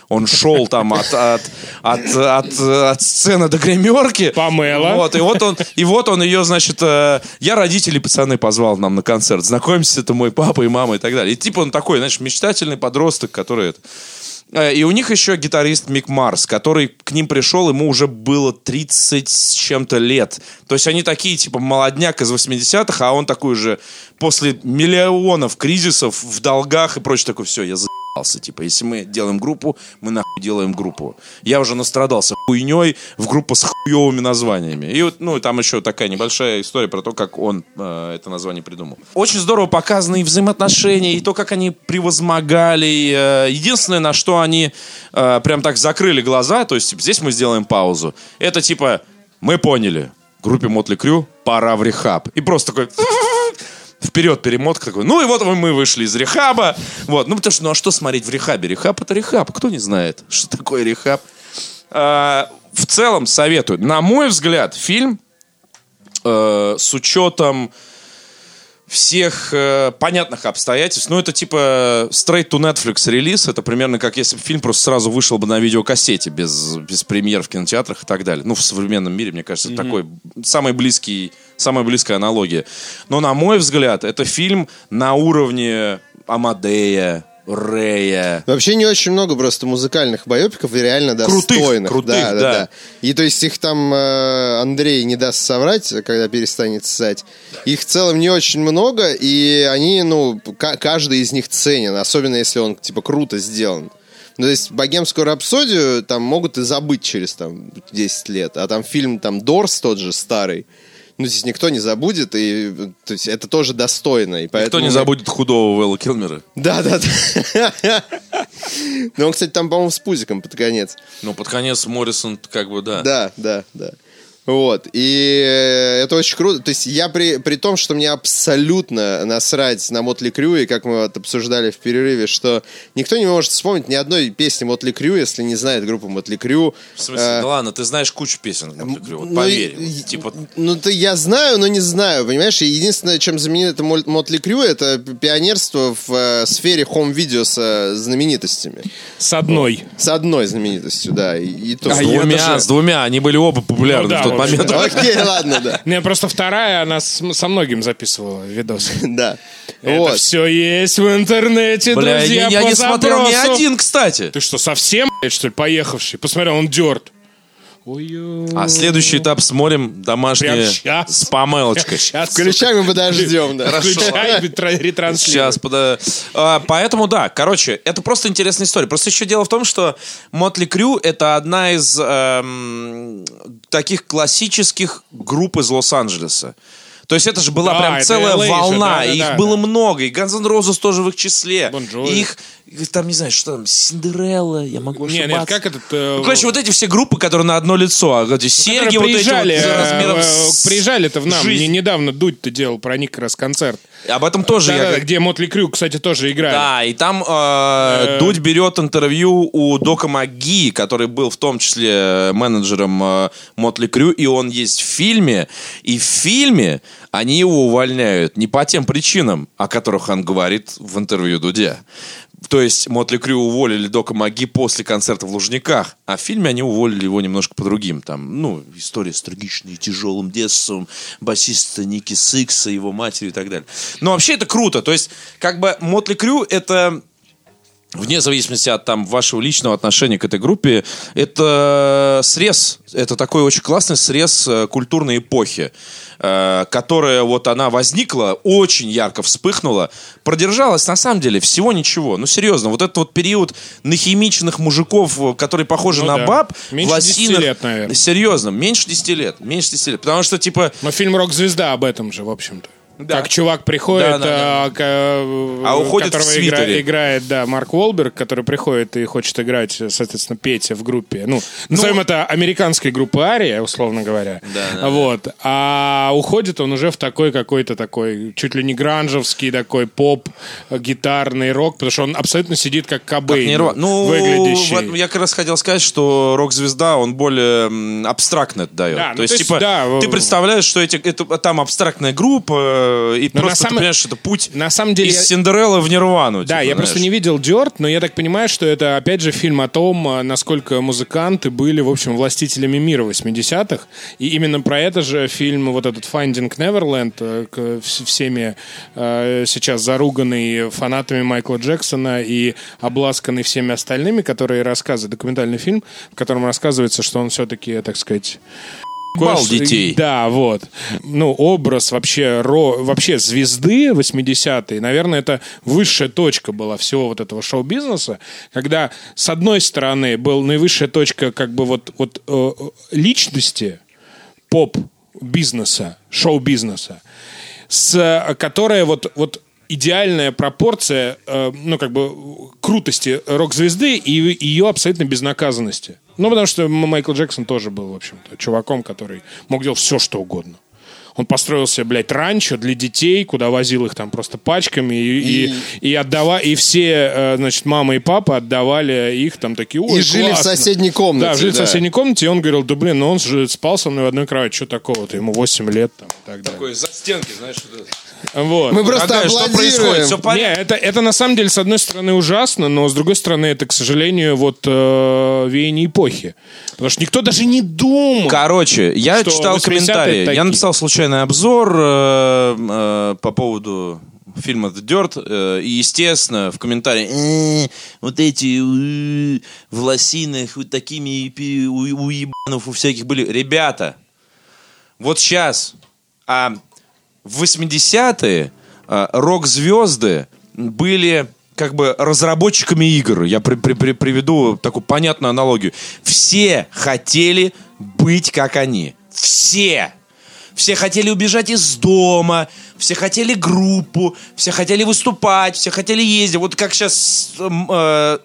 S3: он шел там от, от, от, от, от сцены до гримерки.
S2: Памела.
S3: Вот, и вот он, и вот он ее, значит, э, я родителей пацаны позвал нам на концерт. Знакомься, это мой папа и мама и так далее. И типа он такой, знаешь, мечтательный подросток, который это. Э, И у них еще гитарист Мик Марс, который к ним пришел, ему уже было 30 с чем-то лет. То есть они такие, типа, молодняк из 80-х, а он такой же после миллионов кризисов в долгах и прочее такой, все, я за***ался». Типа, если мы делаем группу, мы нахуй делаем группу. Я уже настрадался хуйней в группу с хуевыми названиями. И вот, ну, там еще такая небольшая история про то, как он э, это название придумал. Очень здорово показаны и взаимоотношения, и то, как они превозмогали. и, э, единственное, на что они э, прям так закрыли глаза, то есть типа, здесь мы сделаем паузу. Это типа, мы поняли, группе Мотли Крю пора в рехаб. И просто такой... Вперед перемотка такой. Ну и вот мы вышли из рехаба. Вот. Ну потому что, ну а что смотреть в рехабе? Рехаб это рехаб. Кто не знает, что такое рехаб? А, в целом советую. На мой взгляд, фильм э, с учетом всех э, понятных обстоятельств. Ну, это типа straight to Netflix релиз. Это примерно как если бы фильм просто сразу вышел бы на видеокассете без, без премьер в кинотеатрах и так далее. Ну, в современном мире, мне кажется, это такой самый близкий, самая близкая аналогия. Но, на мой взгляд, это фильм на уровне Амадея, Рея.
S4: Вообще не очень много просто музыкальных байопиков и реально
S3: Крутых,
S4: достойных.
S3: крутых, да.
S4: И то есть их там э, Андрей не даст соврать, когда перестанет ссать. Их в целом не очень много, и они, ну, ка- каждый из них ценен, особенно если он, типа, круто сделан. Ну, то есть богемскую рапсодию там могут и забыть через там 10 лет, а там фильм там Дорс тот же старый. Ну, здесь никто не забудет, и э, то есть, это тоже достойно. И
S3: Кто
S4: поэтому
S3: не
S4: мне
S3: забудет худого Вэлла Килмера?
S4: да, да, да. Ну, он, кстати, там, по-моему, с пузиком под конец.
S3: Ну, под конец Моррисон, как бы, да.
S4: Да, да, да. Вот, и э, это очень круто. То есть я при, при том, что мне абсолютно насрать на Мотли Крю, и как мы вот обсуждали в перерыве, что никто не может вспомнить ни одной песни Мотли Крю, если не знает группу Мотли Крю.
S3: В смысле,
S4: Э,
S3: да ладно, ты знаешь кучу песен, Мотли Крю, вот
S4: ну,
S3: поверь.
S4: и-
S3: Вот, Типа,
S4: Ну, ты, я знаю, но не знаю, понимаешь? И Единственное, чем знаменито Мол- Мотли Крю, это пионерство в э, сфере хом-видео с э, знаменитостями.
S2: С одной.
S4: С одной знаменитостью, да. И, и то.
S3: с
S2: А я
S3: двумя,
S2: даже-
S3: с двумя, они были оба популярны
S2: Ну да,
S3: в тот
S2: в общем,
S3: момент.
S2: да.
S4: Окей, ладно, да.
S2: Не, просто вторая, она с- со многим записывала видосы.
S4: Да.
S2: Это
S4: Вот.
S2: все есть в интернете,
S3: Бля,
S2: друзья,
S3: я, я
S2: по
S3: не смотрел ни
S2: запросу.
S3: один, кстати.
S2: Ты что, совсем, блядь, что ли, поехавший? Посмотрел, он дерт. Ой-ой.
S3: А следующий этап смотрим домашние
S2: Прям щас.
S3: с помелочкой.
S2: Сейчас,
S4: Ключами мы подождем, да.
S2: включай, ретра- ретранслируй.
S3: Сейчас, пода... А, поэтому да, короче, это просто интересная история. Просто еще дело в том, что Мотли Крю это одна из эм, таких классических групп из Лос-Анджелеса. То есть это же была
S2: Да,
S3: прям
S2: это
S3: целая
S2: LA же,
S3: волна,
S2: да-да-да,
S3: их
S2: да.
S3: было много, и Guns N' Roses тоже в их числе,
S2: Бон Джови.
S3: и их их там не знаю что там Синдерелла, я могу
S2: Не,
S3: ошибаться.
S2: нет, как этот... э,
S3: Ну, короче, вот эти все группы, которые на одно лицо, а эти серьги
S2: которые
S3: вот эти вот
S2: приезжали,
S3: за размером
S2: э,
S3: с-
S2: э, приезжали-то в нам.
S3: жизнь.
S2: Не- недавно Дудь-то делал про них как раз концерт.
S3: Об этом тоже я
S2: Да-да-да,
S3: как-
S2: где Мотли Крю, кстати, тоже играли.
S3: Да, и там э, Дудь берет интервью у Дока Маги, который был в том числе менеджером э, Мотли Крю, и он есть в фильме. И в фильме они его увольняют не по тем причинам, о которых он говорит в интервью Дуде. То есть Мотли Крю уволили Дока Маги после концерта в Лужниках, а в фильме они уволили его немножко по другим. Там, ну, история с трагичной и тяжелым детством басиста Ники Сикса, его матери и так далее. Но вообще это круто. То есть, как бы Мотли Крю это вне зависимости от там вашего личного отношения к этой группе, это срез, это такой очень классный срез э, культурной эпохи, э, которая вот она возникла, очень ярко вспыхнула, продержалась на самом деле всего ничего, ну серьезно, вот этот вот период нахимиченных мужиков, э, которые похожи
S2: Ну
S3: на
S2: да.
S3: баб,
S2: Меньше
S3: в
S2: 10
S3: лосинах-
S2: лет, наверное.
S3: серьезно, меньше 10 лет, меньше 10 лет, потому что типа
S2: Но фильм «Рок-звезда» об этом же, в общем-то.
S3: Да.
S2: Как чувак приходит,
S3: Да, да, да.
S2: а, к- э,
S3: А уходит в
S2: которого игра-
S3: свитере.
S2: играет, да, Марк Уолберг, который приходит и хочет играть, соответственно, Петя в группе. Ну, назовем это американской группы Ария, условно говоря.
S3: Да, да,
S2: вот. А уходит он уже в такой какой-то такой, чуть ли не гранжевский такой поп, э, гитарный рок, потому что он абсолютно сидит как
S3: Как
S2: Кобейн,
S3: не ро- Ну,
S2: выглядящий.
S3: вот я как раз хотел сказать, что рок-звезда, он более м, абстрактно это дает.
S2: Да,
S3: то,
S2: ну,
S3: есть,
S2: то есть,
S3: типа,
S2: да,
S3: ты
S2: э,
S3: представляешь, что эти, это, там абстрактная группа, э, и
S2: Но Ну, на
S3: просто ты
S2: самом-
S3: понимаешь, что это путь
S2: На самом деле...
S3: из
S2: я-
S3: Синдереллы в Нирвану.
S2: Да,
S3: типа,
S2: я просто
S3: знаешь.
S2: не видел Дёрт, но я так понимаю, что это, опять же, фильм о том, а, насколько музыканты были, в общем, властителями мира в 80-х. И именно про это же фильм, вот этот «Finding Neverland», э, к- вс- всеми э, сейчас заруганный фанатами Майкла Джексона и обласканный всеми остальными, которые рассказывают, документальный фильм, в котором рассказывается, что он все-таки, так сказать,
S3: Бал
S2: Кое-что-
S3: детей.
S2: Да, вот. Ну, образ вообще, ро, вообще звезды 80-е, наверное, это высшая точка была всего вот этого шоу-бизнеса, когда, с одной стороны, была наивысшая точка как бы вот, вот э, личности поп-бизнеса, шоу-бизнеса, с, э, которая вот, вот идеальная пропорция, э, ну, как бы, крутости рок-звезды и ее абсолютно безнаказанности. Ну, потому что М- Майкл Джексон тоже был, в общем-то, чуваком, который мог делать все, что угодно. Он построил себе, блядь, ранчо для детей, куда возил их там просто пачками, и, и, и, отдава, и все, э, значит, мама и папа отдавали их там такие, «Ой,
S4: И жили в
S2: классно».
S4: соседней комнате,
S2: Да, жили в
S4: да.
S2: соседней комнате, и он говорил, да блин, ну он же спал со мной в одной кровати, что такого-то, ему 8 лет там и так далее.
S3: Такой за стенки, знаешь, вот это.
S2: Вот.
S4: Мы просто
S3: Дорогая, что происходит?
S4: аплодируем.
S3: Все
S2: Не,
S3: понятно.
S2: это, это на самом деле, с одной стороны, ужасно, но с другой стороны, это, к сожалению, вот э, веяние эпохи. Потому что никто даже не думал.
S3: Короче, я
S2: Что,
S3: читал
S2: 80-е
S3: комментарии.
S2: такие.
S3: Я написал случайный обзор э, э, по поводу фильма The Dirt. э, и, естественно, в комментарии «Э, вот эти э, в лосинах, вот такими пи- у, у ебанов у всяких были. Ребята, вот сейчас, а в 80-е э, рок-звезды были как бы разработчиками игр. Я при- при- при- приведу такую понятную аналогию. Все хотели быть как они. Все. Все хотели убежать из дома, все хотели группу, все хотели выступать, все хотели ездить. Вот как сейчас,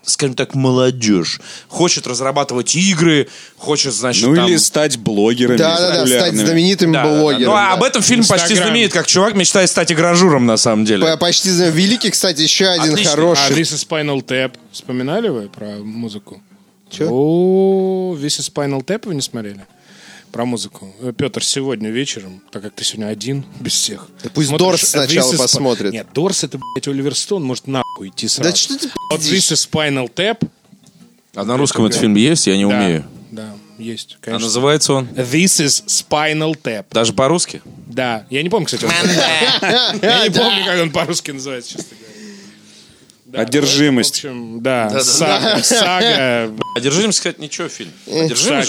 S3: скажем так, молодежь хочет разрабатывать игры, хочет, значит,
S1: Ну
S3: там-
S1: или стать блогерами.
S4: Да-да-да, стать
S1: популярными.
S4: знаменитым
S3: да, да, да.
S4: блогером.
S3: Ну, а
S4: да.
S3: об этом фильм почти
S2: Инстаграм.
S3: знаменит, как чувак мечтает стать игражуром, на самом деле.
S4: П- Почти знаю. Великий, кстати, еще один
S3: Отлично.
S2: А
S4: хороший.
S2: This is Spinal Tap. Вспоминали вы про музыку?
S4: Чё?
S2: О, This is Spinal Tap вы не смотрели? Про музыку. Петр, сегодня вечером, так как ты сегодня один, без всех.
S4: пусть
S2: смотришь
S4: Дорс
S2: This
S4: сначала
S2: is Spi-
S4: посмотрит.
S2: Нет, Дорс это, блядь, Оливер Стоун, может нахуй идти сразу.
S4: Да что ты
S2: Вот This is Spinal Tap.
S3: А на русском этот фильм есть, я не
S2: Да,
S3: умею.
S2: Да, есть,
S3: А
S2: конечно.
S3: называется он
S2: This is Spinal Tap.
S3: даже по-русски?
S2: Да. Я не помню, кстати. он- Я не помню, как он по-русски называется, честно говоря. Да,
S1: Одержимость.
S2: В общем, да. Сага. Сага.
S3: Одержимость, кстати, ничего фильм. Одержимость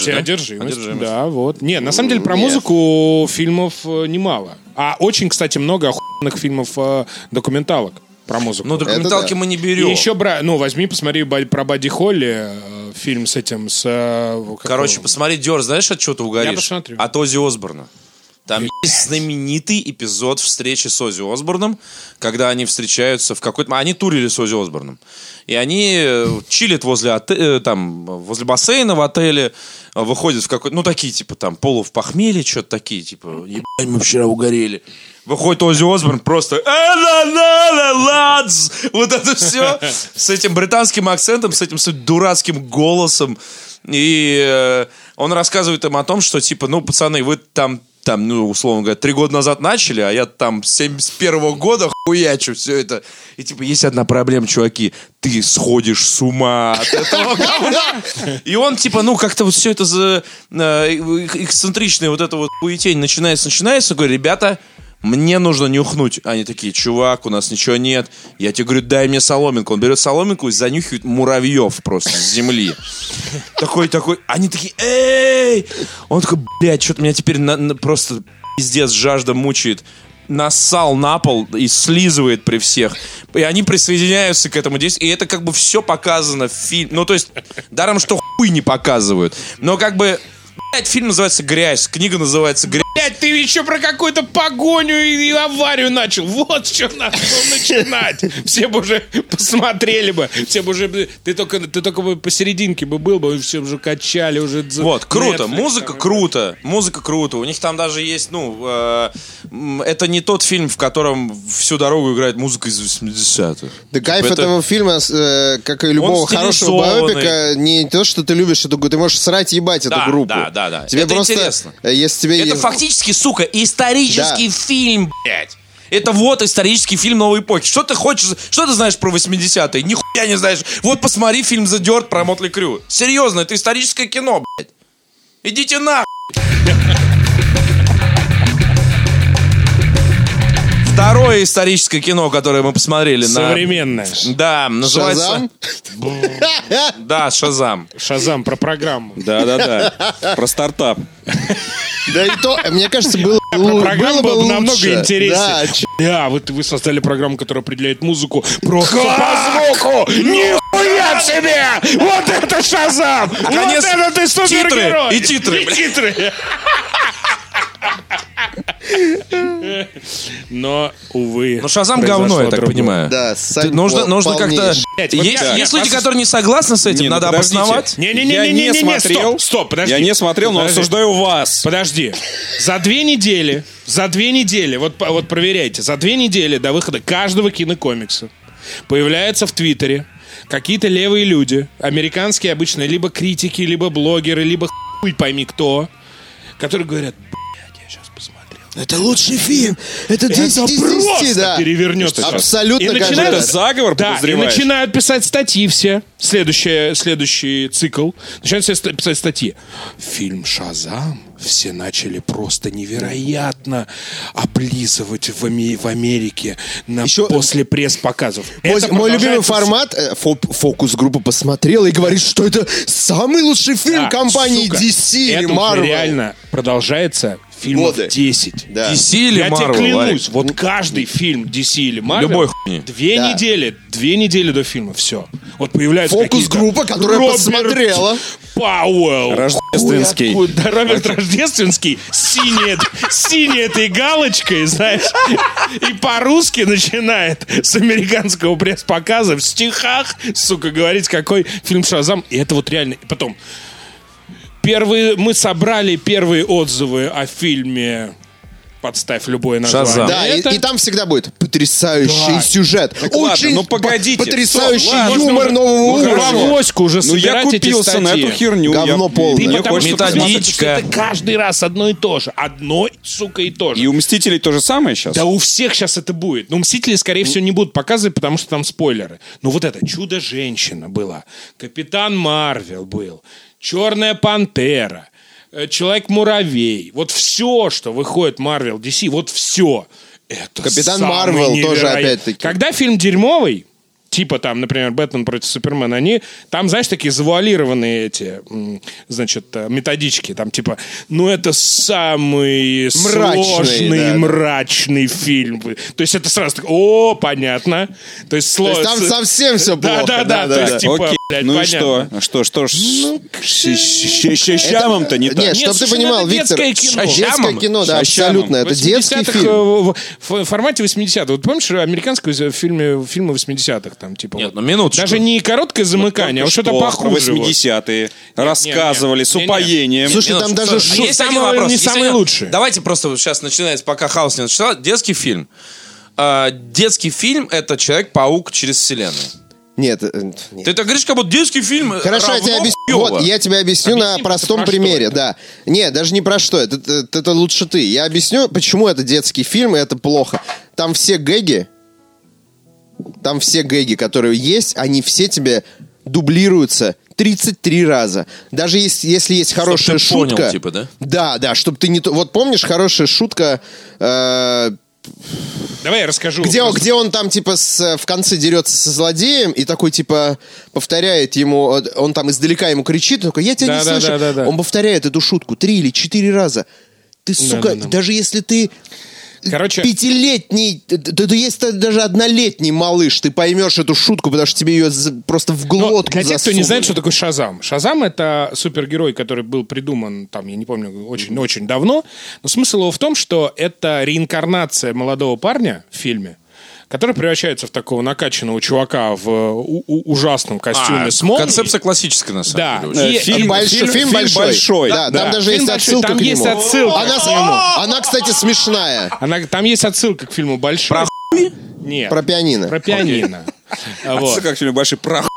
S2: Кстати,
S3: же, да?
S2: одержимость.
S3: Одержимость.
S2: Да, вот. Не, на самом деле про музыку фильмов э, немало. А очень, кстати, много охуенных фильмов э, документалок про музыку.
S3: Ну, документалки
S4: Это да.
S3: мы не
S2: И
S3: берем.
S2: еще, бра... ну, возьми, посмотри ба- про Бадди Холли, э, фильм с этим, с... э, как
S3: Короче,
S2: его?
S3: посмотри, Дер, знаешь, от чего ты угоришь?
S2: Я посмотрю.
S3: От Ози Осборна. Там есть знаменитый эпизод встречи с Ози Осборном, когда они встречаются в какой-то... Они турили с Ози Осборном. И они э, чилят возле, оте- э, там, возле бассейна в отеле, э, выходят в какой-то... Ну, такие, типа, там, полу в похмелье, что-то такие, типа, ебать, мы вчера угорели. Выходит Ози Осборн просто «Э, ла, ла, ла, ладз!» Вот это все с этим британским акцентом, с этим с этим дурацким голосом. И э, он рассказывает им о том, что типа, ну, пацаны, вы там, там, ну, условно говоря, три года назад начали, а я там с 71 года хуячу все это. И типа, есть одна проблема, чуваки, ты сходишь с ума от этого говна. И он типа, ну, как-то вот все это за э, э, эксцентричное вот это вот хуетень начинается, начинается, говорю, ребята, мне нужно нюхнуть. Они такие, чувак, у нас ничего нет. Я тебе говорю, дай мне соломинку. Он берет соломинку и занюхивает муравьев просто с земли. Такой, такой. Они такие, эй! Он такой, блядь, что-то меня теперь на- на- просто пиздец жажда мучает нассал на пол и слизывает при всех. И они присоединяются к этому действию. И это как бы все показано в фильме. Ну, то есть, даром, что хуй не показывают. Но как бы... Блять, фильм называется «Грязь», книга называется «Грязь».
S2: Блять, ты еще про какую-то погоню и, и аварию начал. Вот с чего надо было начинать. Все бы уже посмотрели бы. Все бы уже... бы- Ты только, ты только бы посерединке бы был бы, и все уже качали уже. э, за-
S3: Вот, круто,
S2: Netflix.
S3: музыка круто, музыка круто. У них там даже есть, ну, э, м, это не тот фильм, в котором всю дорогу играет музыка из 80-х.
S4: Да кайф
S3: Типа Это-
S4: этого фильма, э, как и любого хорошего
S3: стилизованный.
S4: биопика, не то, что ты любишь эту группу, ты можешь срать и ебать
S3: Да,
S4: эту группу.
S3: да, да, да.
S4: Тебе
S3: Это
S4: просто,
S3: интересно.
S4: э, Если тебе
S3: Это
S4: есть-
S3: фактически, сука, исторический
S4: Да.
S3: фильм, блядь. Это вот исторический фильм новой эпохи. Что ты хочешь, что ты знаешь про 80-е? Нихуя не знаешь. Вот посмотри фильм The Dirt про Мотли Крю. Серьезно, это историческое кино, блядь. Идите на. Второе историческое кино, которое мы посмотрели
S2: Современная.
S3: на... Да, называется...
S4: Шазам?
S3: Да, Шазам.
S2: Шазам про программу.
S1: Да-да-да. Про стартап.
S4: Да и то, э, мне кажется, было, лу-
S2: программа
S4: было бы
S2: была бы намного
S4: лучше.
S2: интереснее.
S4: Да, ч-
S2: Да, вот вы создали программу, которая определяет музыку просто по звуку.
S3: Ну,
S2: Нихуя себе! Э, Вот это шазам!
S3: Наконец,
S2: вот это ты супергерой!
S3: титры! И титры,
S2: И титры! Но, увы.
S3: Ну, Шазам
S2: произошло
S3: говно, я так
S2: другое.
S3: понимаю.
S4: да,
S3: Ты-
S4: Санько
S3: нужно, нужно
S4: полнейший.
S3: как-то...
S2: Блядь, вот
S3: Есть,
S2: я-
S3: есть
S2: я
S3: люди,
S2: послуш-
S3: которые не согласны с этим,
S1: Не, ну
S3: надо
S1: подождите.
S3: обосновать.
S1: Я не
S2: Не-не-не-не-не-не,
S1: смотрел.
S2: стоп, стоп, подожди.
S1: Я не смотрел, но
S2: Подожди.
S1: осуждаю вас.
S2: Подожди. За две недели, за две недели, вот, по- вот проверяйте, за две недели до выхода каждого кинокомикса появляется в Твиттере какие-то левые люди, американские обычно, либо критики, либо блогеры, либо хуй пойми кто, которые говорят, блядь, я сейчас посмотрел.
S4: Это лучший фильм. Это 10
S2: Это
S4: из 10,
S2: просто
S4: да.
S2: перевернет сейчас.
S4: Абсолютно
S2: И
S4: каждый
S2: начинают-
S4: раз.
S1: Заговор
S2: Да, и
S1: подозреваешь?
S2: начинают писать статьи все. Следующее, следующий цикл. Начинают все ст- писать статьи. Фильм «Шазам» все начали просто невероятно облизывать в, Аме- в Америке на- после пресс-показов.
S4: Мой,
S2: Это
S4: мой
S2: продолжается
S4: любимый формат э, фоп- фокус-группа посмотрела и говорит, что это самый лучший фильм
S2: Да,
S4: компании
S2: сука,
S4: DC
S2: это
S4: или
S2: уже
S4: Marvel.
S2: реально продолжается фильмов
S4: Годы.
S2: 10.
S4: Да.
S3: DC или
S2: Я
S3: Marvel,
S2: тебе клянусь,
S3: Варя?
S2: вот каждый фильм DC или Marvel...
S3: Любой хуйни.
S2: Две
S4: Да.
S2: недели, две недели до фильма, все. Вот появляются
S4: Фокус-группа,
S2: какие-то
S4: которая
S2: Роберт
S4: посмотрела.
S2: Пауэлл.
S1: Рождественский.
S2: Ой, Да, Роберт Рождественский синяя, синяя этой галочкой, знаешь, и по-русски начинает с американского пресс-показа в стихах, сука, говорить, какой фильм «Шазам». И это вот реально... И потом, первые, мы собрали первые отзывы о фильме «Подставь любое название».
S3: «Шазам».
S4: Да, и,
S2: Это-
S4: и там всегда будет потрясающий
S2: Да.
S4: сюжет,
S1: ладно,
S4: очень
S1: ну
S4: по-
S1: погодите.
S4: потрясающий
S1: Стоп, ладно,
S4: юмор
S2: можно
S4: нового
S2: Ну,
S4: уровня.
S2: хорошо. авоську уже
S1: Ну я
S2: собирать эти
S1: купился на
S2: статьи.
S1: эту херню.
S4: Говно
S1: я-
S4: полное.
S2: Ты
S1: Мне
S2: потому
S1: хочется
S2: что
S3: методичка.
S1: посмотреть.
S2: посмотришь, что это каждый раз одно и то же. Одно, сука, и то же.
S1: И у Мстителей то же самое сейчас.
S2: Да у всех сейчас это будет. Но «Мстители», скорее всего, не будут показывать, потому что там спойлеры. Но вот это «Чудо-женщина» была. «Капитан Марвел» был. «Черная пантера». э, «Человек-муравей». Вот все, что выходит Марвел, DC, вот все. Это
S4: «Капитан
S2: самый
S4: Марвел» тоже
S2: невероятный.
S4: опять-таки.
S2: Когда фильм дерьмовый, типа там, например, «Бэтмен против Супермена», они там, знаешь, такие завуалированные эти, м, значит, э, методички. Там типа, ну это самый
S4: Мрачный,
S2: сложный,
S4: да, да.
S2: мрачный фильм. То есть это сразу так, о, понятно. То есть сложно.
S4: есть там совсем всё плохо.
S2: Да, да, да.
S4: Да-да-да.
S2: То есть типа,
S1: Окей.
S2: блядь,
S1: ну и
S2: понятно. Ну,
S1: что? А Что, что ж, щам то не
S4: Нет,
S1: так.
S2: Нет,
S4: чтобы ты
S2: слушай, ну,
S4: понимал,
S2: это
S4: Виктор,
S2: детское кино.
S4: детское
S3: Шазамом.
S4: кино,
S1: Шазамом.
S4: да, абсолютно, это детский
S2: 80-х,
S4: фильм.
S2: э, В в формате 80-х. Вот помнишь американскую в фильме, фильмы 80-х? Там, типа, вот.
S3: Нет, ну минуточку.
S2: Даже не короткое замыкание, а вот что-то похуже. вот.
S1: 80-е рассказывали с
S2: Не-не.
S1: упоением.
S4: Слушай,
S3: Минуточку.
S4: там даже
S3: Слушай, а
S4: шут-
S3: есть один
S2: самый-
S3: вопрос.
S2: не
S3: Есть
S2: самый
S3: один-
S2: лучший.
S3: Давайте просто сейчас начинается, пока хаос не начался. Детский фильм. А, детский фильм — это Человек-паук через вселенную.
S4: Нет, э, нет.
S3: Ты так говоришь, как будто детский фильм
S4: Хорошо, я
S3: равно
S4: тебе объясню.
S3: хуёво.
S4: Вот, я тебе объясню
S2: Объясни
S4: на
S2: мне,
S4: простом
S2: про что
S4: примере,
S2: это?
S4: да. Не, даже не про что. Это, это- это лучше ты. Я объясню, почему это детский фильм и это плохо. Там все гэги, там все гэги, которые есть, они все тебе дублируются 33 раза. Даже если, если есть хорошая
S3: ты понял,
S4: шутка.
S3: типа, да?
S4: Да, да, чтобы ты не... то- Вот помнишь, хорошая шутка... э,
S2: Давай я расскажу.
S4: Где,
S2: Просто-
S4: где он там, типа, с- в конце дерется со злодеем и такой, типа, повторяет ему, э, он там издалека ему кричит, он такой, я тебя не
S2: Да-да-да-да-да.
S4: слышу. Он повторяет эту шутку три или четыре раза. Ты, сука,
S2: Да-да-да.
S4: даже если ты
S2: Короче-
S4: пятилетний, да, да- да если ты даже однолетний малыш, ты поймешь эту шутку, потому что тебе ее за- просто в
S2: Но
S4: глотку
S2: Ну, для тех, кто не
S4: Ну, засунули.
S2: знает, что такое Шазам. Шазам — это супергерой, который был придуман, там, я не помню, очень-очень давно. Но смысл его в том, что это реинкарнация молодого парня в фильме, который превращается в такого накачанного чувака в э, у- у- ужасном костюме
S3: А,
S2: с молнией.
S3: концепция классическая, на самом
S2: Да.
S3: деле. очень.
S2: Э,
S1: Э,
S2: фильм-
S4: Больш-
S1: фильм-
S4: фильм,
S1: фильм
S4: большой.
S1: большой.
S4: Да,
S2: Да.
S4: там даже
S2: Фильм
S4: есть
S2: большой,
S4: отсылка
S2: там
S4: к
S2: есть
S4: нему.
S2: отсылка
S4: она,
S2: к нему.
S4: она, кстати, смешная.
S2: Она, там есть отсылка к фильму «Большой».
S3: Про
S2: Нет,
S4: Про пианино.
S2: про пианино.
S1: Отцы,
S2: Вот.
S1: как фильм большой прах.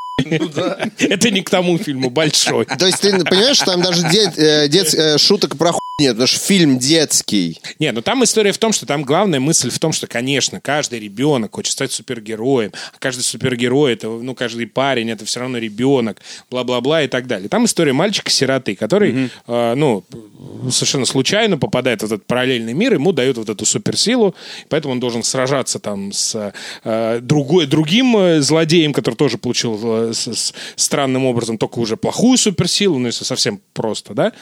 S2: Это не к тому фильму «Большой».
S4: То есть ты понимаешь, что там даже дет- э, дет- э, шуток про хуй нет, потому что фильм детский.
S2: Не, ну там история в том, что там главная мысль в том, что, конечно, каждый ребенок хочет стать супергероем, а каждый супергерой, это, ну, каждый парень, это все равно ребенок, бла-бла-бла и так далее. Там история мальчика-сироты, который, э, ну, совершенно случайно попадает в этот параллельный мир, ему дают вот эту суперсилу, поэтому он должен сражаться там с э, другой, другим э, злодеем, который тоже получил э, с- с- странным образом только уже плохую суперсилу, ну, если совсем просто, да.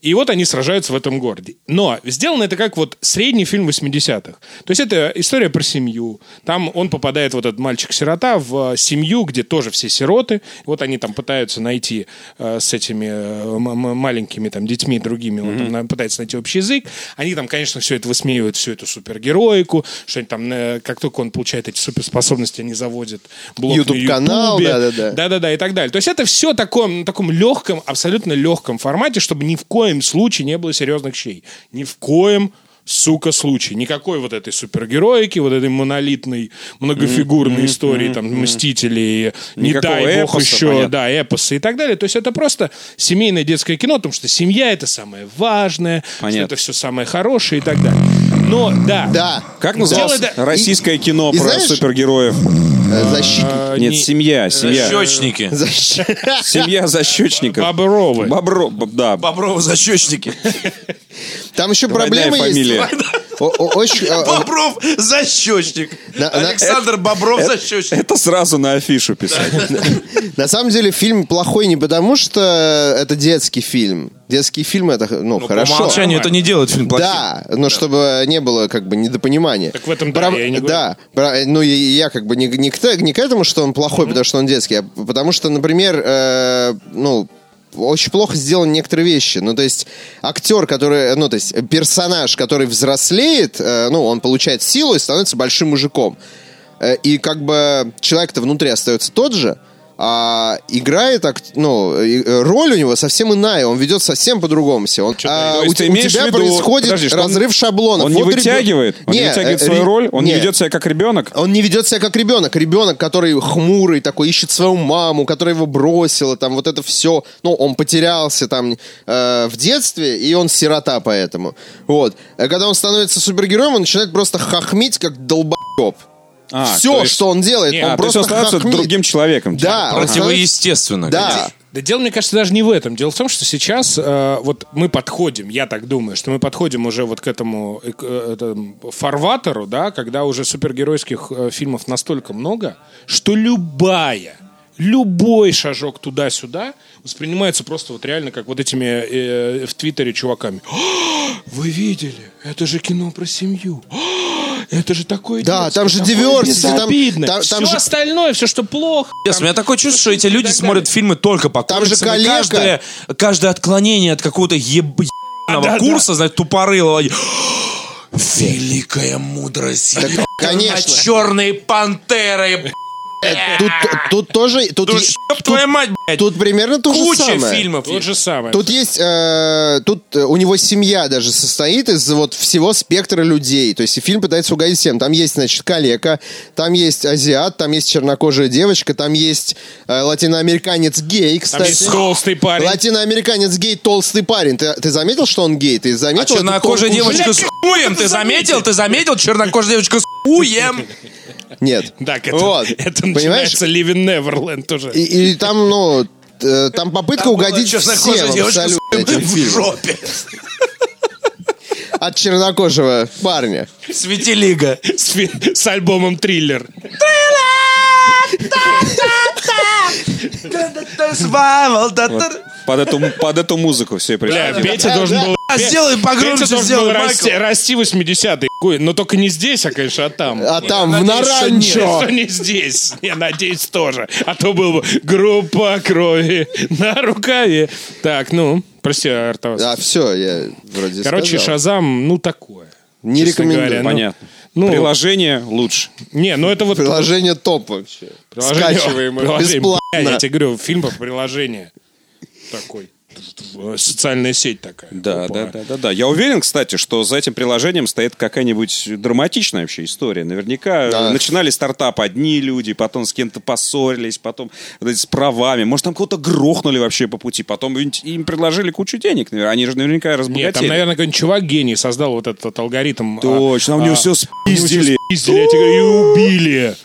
S2: И вот они сражаются в этом городе. Но сделано это как вот средний фильм 80-х. То есть это история про семью. Там он попадает, вот этот мальчик-сирота, в э, семью, где тоже все сироты. Вот они там пытаются найти э, с этими э, м- м- маленькими там детьми другими, он там на- пытается найти общий язык. Они там, конечно, все это высмеивают, всю эту супергероику, что они там, э, как только он получает эти суперспособности, они заводят блог на
S4: YouTube-канал,
S2: Ютубе.
S4: да-да-да.
S2: Да-да-да, и так далее. То есть это все таком, на таком легком, абсолютно легком формате, чтобы ни в коем случае не было серьезных щей. Ни в коем сука, случае. Никакой вот этой супергероики, вот этой монолитной, многофигурной истории, там, мстителей, не
S1: Никакого
S2: дай бог
S1: эпоса,
S2: еще,
S1: понятно.
S2: да, эпоса и так далее. То есть это просто семейное детское кино, потому что семья это самое важное,
S1: Понятно.
S2: что это все самое хорошее и так далее. Но, да.
S4: Да.
S1: Как
S2: называлось?
S1: называлось
S2: Сделай
S4: да-
S1: российское кино
S4: и
S1: про
S4: знаешь-
S1: супергероев?
S4: Э, Защитник.
S2: э,
S1: Нет,
S2: не-
S1: семья, семья.
S3: Защечники.
S4: Защ-
S1: Семья защечников.
S2: Бобровы.
S1: Бобро, б- да.
S3: Бобровы защечники.
S4: Там еще
S1: Двойная
S4: проблема есть.
S1: фамилия.
S4: О- о- Очень... э, э,
S3: Бобров защечник.
S4: На- на-
S3: Александр Бобров защечник.
S1: Это сразу на афишу писать.
S4: э, На самом деле фильм плохой не потому, что это детский фильм. Детские фильмы это, ну, хорошо.
S3: По умолчанию это не делает фильм плохим.
S4: Да, но чтобы не было как бы недопонимания.
S2: Так в этом да, я и не говорю.
S4: Да, про- ну и я как бы не, не к, те- не к этому, что он плохой, потому что он детский, а потому что, например, э, ну очень плохо сделаны некоторые вещи. Ну, то есть, актер, который, ну, то есть, персонаж, который взрослеет, э, ну, он получает силу и становится большим мужиком. Э, и как бы человек-то внутри остается тот же, а играет, ак- ну, и- э, роль у него совсем иная, он ведет совсем по-другому себя. Он, а,
S1: То
S4: у,
S1: есть ты
S4: те- у
S1: имеешь в
S4: тебя
S1: виду-
S4: происходит
S1: подожди, что он-
S4: разрыв шаблонов.
S1: Он не
S4: Вот ребё-
S1: вытягивает, он не
S4: Не,
S1: вытягивает
S4: э,
S1: свою
S4: ре-
S1: роль, он не
S4: не.
S1: ведет себя как А, ребенок.
S4: Он не ведет себя как ребенок. Ребенок, который хмурый, такой ищет свою маму, которая его бросила, там вот это все. Ну, он потерялся там э, в детстве, и он сирота поэтому. Вот. А когда он становится супергероем, он начинает просто хохмить, как долбоеб.
S1: А,
S4: все,
S1: то есть-
S4: что он делает,
S2: Не,
S4: он
S1: А, то есть
S4: просто
S1: он становится
S4: хохмит.
S1: другим человеком.
S4: Да, он становится-
S3: Противоестественно.
S4: Да.
S2: Да дело, мне кажется, даже не в этом. Дело в том, что сейчас э, вот мы подходим, я так думаю, что мы подходим уже вот к этому, э, к, э, этому фарватеру, да, когда уже супергеройских э, фильмов настолько много, что любая любой шажок туда-сюда воспринимается просто вот реально как вот этими э, в Твиттере чуваками. «О, Вы видели? Это же кино про семью. О, Это же такое
S4: Да,
S2: детство,
S4: там же
S2: такое
S4: diversity, там-
S2: безобидное».
S4: там- там
S2: все
S4: же-
S2: остальное, все, что плохо.
S3: Пиздец, у меня такое чувство, что эти люди смотрят фильмы только по
S4: Там же
S3: комиксам, и
S4: коллега.
S3: каждое, каждое отклонение от какого-то еб...
S2: да,
S3: ебаного курса, значит, тупорылого. они, Великая мудрость. ебаная
S4: Конечно.
S3: Черные пантеры.
S4: Тут, тут тоже... Тут,
S3: Тут,
S4: е-
S3: чтоб твоя мать, блядь.
S4: тут примерно то же
S3: куча
S4: самое.
S3: фильмов.
S2: То же самое.
S4: Тут есть, э, тут э, у него семья даже состоит из вот всего спектра людей. То есть и фильм пытается угодить всем. Там есть, значит, калека, там есть азиат, там есть чернокожая девочка, там есть э, латиноамериканец гей,
S2: Там
S4: кстати.
S2: есть толстый парень.
S4: Латиноамериканец гей, толстый парень. Ты, ты заметил, что он гей? Ты
S3: А
S4: заметил? эту
S3: чернокожая
S4: толстую
S3: девочка с хуем, ты заметил? Ты заметил? Чернокожая девочка с хуем.
S4: жи- Нет.
S2: Да, это,
S4: Вот.
S2: это
S4: Понимаешь?
S2: начинается Living Neverland уже.
S4: И, и там, ну, э, там попытка угодить
S3: Чернокожая
S4: всем
S3: девочка с
S4: абсолютно
S3: хуем
S4: этим
S3: в
S4: фильмом.
S3: жопе.
S4: от чернокожего парня.
S3: Светилига.
S2: С, фи- с альбомом «Триллер».
S1: Под эту, под эту музыку все
S2: Бля,
S1: пришли.
S2: Петя должен был...
S3: А, сделай
S2: Петя
S3: погромче,
S2: должен был
S3: сделай,
S2: расти,
S3: Майкл.
S2: расти в 80-е, хуй. но только не здесь, а, конечно, а там.
S4: А там, в
S3: надеюсь, что нет.
S4: Наранчо.
S2: Что не здесь, я надеюсь, тоже. А то был бы группа крови на рукаве. Так, ну, прости, Артавас.
S4: А, все, я вроде
S2: Короче,
S4: сказал.
S2: Шазам, ну, такое.
S4: Не
S2: честно
S4: рекомендую.
S2: говоря, ну,
S1: Понятно.
S2: Ну,
S1: Приложение лучше.
S2: не, ну это вот...
S4: Приложение топ вообще.
S2: приложение-
S4: Скачиваемое.
S2: приложение, бля,
S4: Бесплатно.
S2: Я тебе говорю, фильм по приложению. Такой. Социальная сеть такая.
S1: Да,
S2: Опа.
S1: да, да, да, да. Я уверен, кстати, что за этим приложением стоит какая-нибудь драматичная вообще история. Наверняка
S4: Да.
S1: э, начинали стартап одни люди, потом с кем-то поссорились, потом вот эти с правами. Может, там кого-то грохнули вообще по пути, потом им- им предложили кучу денег. наверное. Они же наверняка разбогатели.
S2: Нет, там, наверное, какой-нибудь чувак гений создал вот этот алгоритм.
S1: Точно, а у него все спиздили.
S2: Пиздили, я тебе говорю, и убили.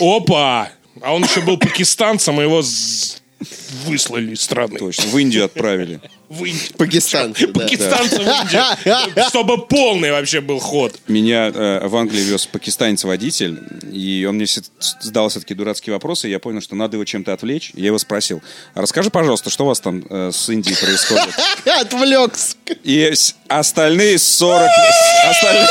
S2: Опа! А он еще был пакистанцем, и его з- выслали из страны.
S1: Точно, в Индию отправили.
S2: В Индию.
S4: Пакистан.
S2: Пакистанцем в Индию. Чтобы полный вообще был ход.
S1: Меня э, в Англии вез пакистанец-водитель, и он мне все- задал все-таки дурацкие вопросы, и я понял, что надо его чем-то отвлечь. Я его спросил, «А расскажи, пожалуйста, что у вас там э, с Индией происходит?
S4: Отвлекся.
S1: И с- остальные 40... остальные-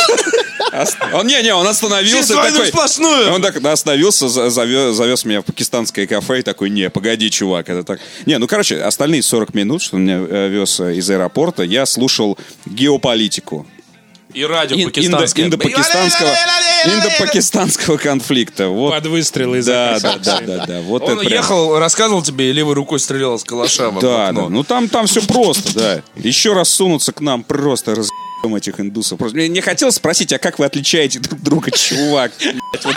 S1: ост- Он, не, не, он остановился.
S3: Через
S1: и
S3: войну
S1: такой-
S3: сплошную.
S1: Он так да, остановился, за- завез, завез меня в пакистанское кафе и такой, не, погоди, чувак, это так... Не, ну, короче, остальные 40 минут, что он меня э, вез э, из аэропорта, я слушал геополитику.
S3: И радио
S1: Ин- индо-
S3: пакистанское.
S1: Индопакистанского индопакистанского конфликта. Вот.
S2: Под выстрелы из
S1: Да, да,
S2: окна.
S1: да, да, да. Вот
S3: Он
S1: это прям-
S3: ехал, рассказывал тебе, и левой рукой стрелял с калаша в
S1: Да, да.
S3: окно.
S1: Ну там, там все просто, да. Еще раз сунутся к нам, просто разъем этих индусов. Просто мне, мне хотелось спросить, а как вы отличаете друг друга, чувак? Блядь, вот.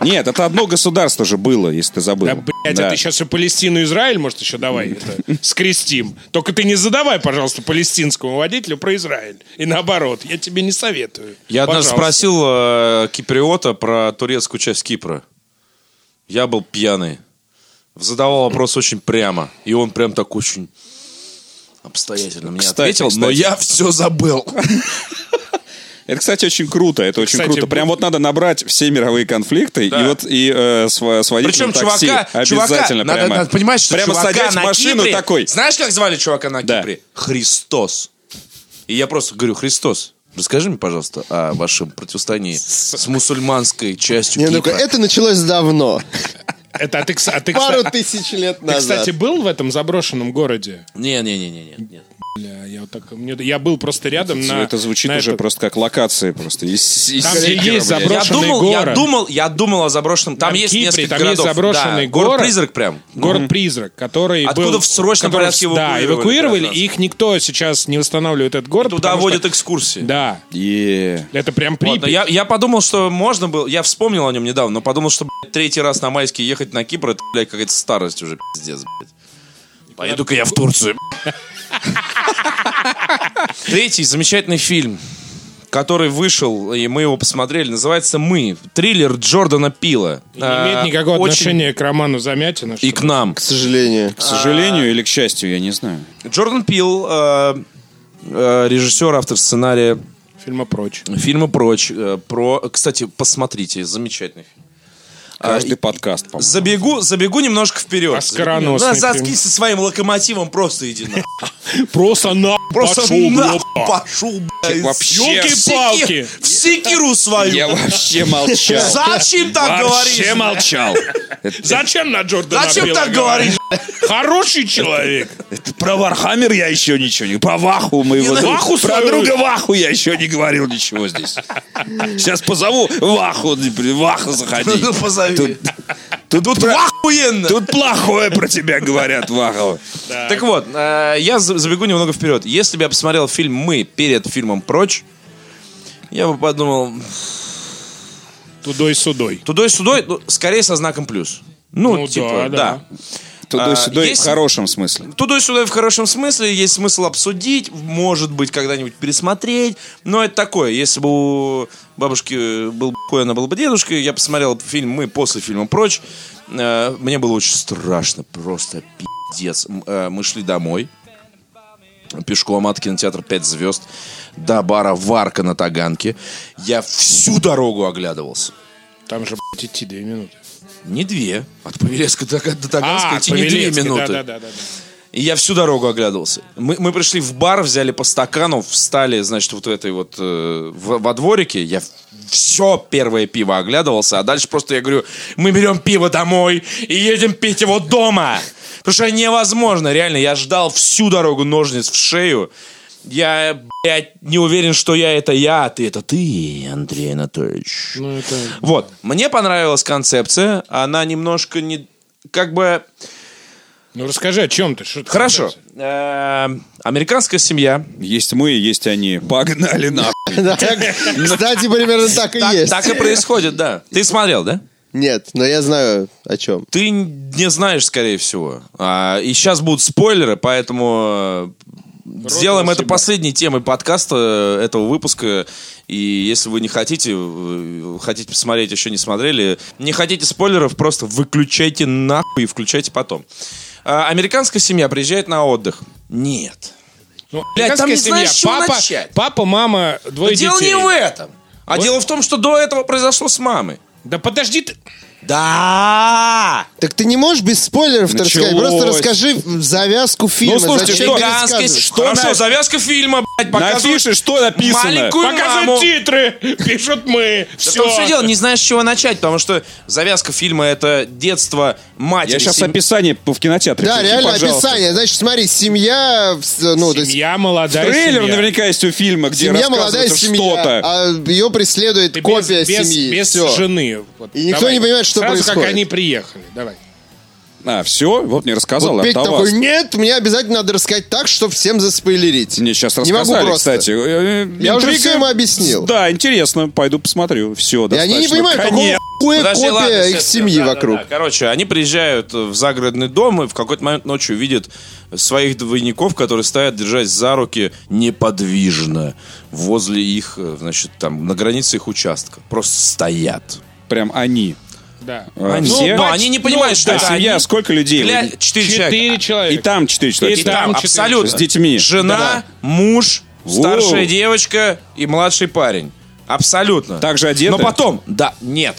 S1: Нет, это одно государство же было, если ты забыл.
S2: Да, блядь, а ты сейчас и Палестину, и Израиль, может, еще давай это скрестим. Только ты не задавай, пожалуйста, палестинскому водителю про Израиль. И наоборот, я тебе не советую.
S3: Я однажды
S2: Пожалуйста.
S3: спросил э, киприота про турецкую часть Кипра. Я был пьяный. Задавал вопрос очень прямо. И он прям так очень обстоятельно мне
S1: Кстати,
S3: ответил. Но
S1: кстати.
S3: я все забыл.
S1: Это, кстати, очень круто. Это очень
S2: кстати,
S1: круто. Прям вот надо набрать все мировые конфликты
S3: Да.
S1: и вот и э, св- с водителем
S3: Причем
S2: ну,
S1: такси
S3: чувака, чувака,
S1: обязательно
S3: надо,
S1: прямо.
S3: надо понимать, что
S1: прямо
S3: чувака
S1: садясь в
S3: на
S1: машину
S3: Кипре-
S1: такой.
S3: Знаешь, как звали чувака на
S1: Да.
S3: Кипре? Христос. И я просто говорю, Христос, расскажи мне, пожалуйста, о вашем противостоянии с мусульманской частью
S4: Не, ну-ка,
S3: Кипра.
S4: это началось давно.
S2: Это, а ты, кс- а ты, кс-
S4: Пару
S2: а ты,
S4: тысяч лет назад.
S2: кстати, был в этом заброшенном городе?
S3: Не-не-не-не. не.
S2: Бля, я вот так, мне- я был просто рядом на...
S1: это звучит
S2: на
S1: уже
S2: этом-
S1: просто как локации просто. Из, из
S2: Там, где
S1: Сикера,
S2: есть
S1: блядь.
S2: заброшенный
S3: Я думал, я
S2: город.
S3: думал, я думал о заброшенном. Там
S2: На
S3: есть
S2: Кипре,
S3: несколько
S2: там есть
S3: городов.
S2: заброшенный
S3: Да,
S2: город.
S3: призрак прям.
S2: Город-призрак, который
S3: Откуда
S2: был-
S3: в срочном
S2: который-
S3: порядке
S2: Да,
S3: эвакуировали
S2: эвакуировали,
S3: как раз.
S2: и их никто сейчас не восстанавливает этот город.
S3: Туда
S2: потому что-
S3: водят экскурсии.
S2: Да,
S1: Е.
S2: это прям Припять.
S3: Ладно, я, я подумал, что можно было... Я вспомнил о нем недавно, но подумал, что блядь, третий раз на майске ехать на Кипр, это, блядь, какая-то старость уже, пиздец, блядь. Поеду-ка я в Турцию. блядь. Третий замечательный фильм, который вышел, и мы его посмотрели, называется «Мы». Триллер Джордана Пила. Э,
S2: И Не имеет никакого отношения к роману Замятина.
S3: И
S2: что-
S3: к нам.
S4: К сожалению.
S1: К сожалению или к счастью, я не знаю.
S3: Джордан Пил, э, э, режиссер, автор сценария
S2: Фильма прочь.
S3: фильма «Прочь». э, про, кстати, посмотрите, замечательный фильм.
S1: Каждый подкаст, по-моему.
S3: Забегу, забегу немножко вперед.
S2: Оскароносный
S3: Да, заткнись
S2: фильм.
S3: со своим локомотивом, просто иди на.
S2: Просто на
S3: Просто
S2: пошел,
S3: на,
S2: бля.
S3: пошел, бля,
S1: Вообще.
S2: Ёлки-палки.
S3: В секиру свою.
S1: Я вообще молчал.
S3: Зачем так говоришь?
S2: Вообще молчал. Зачем на Джордана
S3: Зачем
S2: Пила
S3: так говоришь?
S2: Хороший человек.
S1: Про Вархаммер я еще ничего не... Про Ваху мы его...
S3: надо-
S2: Ваху
S1: Про
S2: свою-
S1: друга Ваху я еще не говорил ничего здесь. Сейчас позову Ваху. блин, Ваха, заходи.
S3: Ну, позови.
S1: Тут, тут, про-
S3: Охуенно.
S1: тут плохое про тебя говорят, Ваха.
S3: Так вот, э, я за- забегу немного вперед. Если бы я посмотрел фильм «Мы» перед фильмом «Прочь», я бы подумал,
S2: Тудой судой.
S3: тудой-судой, ну, скорее со знаком плюс. Ну,
S2: Ну,
S3: типа,
S2: да,
S3: да.
S1: Туда-сюда
S3: А,
S1: и в
S3: есть-
S1: хорошем смысле.
S3: Тудой-сюдой э, в хорошем смысле, есть смысл обсудить, может быть, когда-нибудь пересмотреть, но это такое, если бы у бабушки э, был бы хуй, она была бы дедушкой, я посмотрел фильм «Мы» после фильма «Прочь», Э, мне было очень страшно, просто пиздец. М, э, Мы шли домой, пешком от кинотеатра 5 звезд до бара Варка на Таганке. Я всю дорогу оглядывался.
S2: Там же, блядь, идти две минуты. А,
S3: Не две. От Павелецка до, до Таганска идти не две
S2: Павелецкий,
S3: минуты.
S2: да-да-да-да.
S3: И я всю дорогу оглядывался. Мы, мы пришли в бар, взяли по стакану, встали, значит, вот в этой вот э, в- во дворике. Я все первое пиво оглядывался, а дальше просто я говорю, мы берем пиво домой и едем пить его дома. Потому что невозможно, реально. Я ждал всю дорогу ножниц в шею. Я, блядь, не уверен, что я это я, а ты это ты, Андрей Анатольевич.
S2: Ну, это...
S3: Вот. Мне понравилась концепция. Она немножко не... Как бы...
S2: Ну, расскажи, о чем ты? что ты
S3: Хорошо.
S2: пытался?
S3: Э, Американская семья.
S1: Есть мы, есть они. Погнали на.
S4: Да, Кстати, примерно так и
S3: Так,
S4: есть.
S3: так и происходит, да. Ты смотрел, да?
S4: Нет, но я знаю о чем.
S3: Ты не знаешь, скорее всего. А, и сейчас будут спойлеры, поэтому э, сделаем это последней темой подкаста э, этого выпуска. И если вы не хотите, э, хотите посмотреть, еще не смотрели, не хотите спойлеров, просто выключайте нахуй и включайте потом. А, американская семья приезжает на отдых. Нет.
S2: Ну,
S3: Блядь, там не
S2: американская
S3: знаешь, с чего
S2: папа,
S3: начать.
S2: папа, мама, двое
S3: Дело
S2: детей.
S3: не в этом. А дело в том, что до этого произошло с мамой.
S2: Да подожди ты.
S3: Да!
S4: Так ты не можешь без спойлеров это
S1: Началось.
S4: рассказать. Просто расскажи завязку фильма.
S1: Ну, слушайте,
S4: Зачем
S1: что-
S3: Цыганский...
S4: пересказывать?
S1: Что
S3: Хорошо,
S1: на-
S3: завязка фильма, блядь, показывает
S1: Напиши, что написано.
S3: Маленькую
S2: Показывают
S3: маму.
S2: титры, пишут мы.
S3: Да в
S2: Все.
S3: том все дело, не знаешь, с чего начать, потому что завязка фильма — это детство матери.
S1: Я сейчас
S3: сем-
S1: описание по- в кинотеатре.
S4: Да,
S1: включу,
S4: реально
S1: пожалуйста.
S4: описание. Значит, смотри, семья, в- ну, то есть
S2: Семья молодая
S1: Трейлер
S2: семья.
S1: наверняка есть у фильма, где
S4: семья молодая
S1: рассказывается
S4: семья,
S1: что-то.
S4: а ее преследует
S2: Ты без-
S4: копия
S2: без,
S4: семьи.
S2: Без
S4: Всё.
S2: жены. Вот,
S4: И никто не понимает, что
S2: Сразу как
S4: происходит.
S2: они приехали. Давай.
S1: А, все, вот мне рассказал,
S4: Вот
S1: а
S4: Петя
S1: до
S4: такой,
S1: вас.
S4: нет, мне обязательно надо рассказать так, чтобы всем заспойлерить.
S1: Мне сейчас
S4: Не могу
S1: рассказали,
S4: просто.
S1: кстати. Э, э,
S4: Я уже
S1: интрига.
S4: всё им объяснил.
S1: Да, интересно, пойду посмотрю. Все,
S4: И они не понимают, какого хуя
S3: Ну, Подожди,
S4: копия
S3: ладно,
S4: их
S3: всё,
S4: семьи
S3: да, да,
S4: вокруг.
S3: да. Короче, они приезжают э, в загородный дом и в какой-то момент ночью видят своих двойников, которые стоят, держась за руки неподвижно возле их, э, значит, там, на границе их участка. Просто стоят.
S1: Прям они.
S2: Да.
S1: А,
S3: Они-
S1: все?
S3: Ну, ба- они не понимают, что
S1: а
S3: это
S1: семья,
S3: они.
S1: сколько людей?
S3: Бля,
S1: Вы-
S3: четыре человека.
S2: Четыре
S1: И
S2: человека.
S1: там четыре человека. А,
S2: И там четыре
S3: абсолютно.
S1: человека. С детьми.
S3: Жена, муж,
S1: Воу.
S3: старшая девочка и младший парень. Абсолютно.
S1: Так же одеты?
S3: Но потом, да, нет.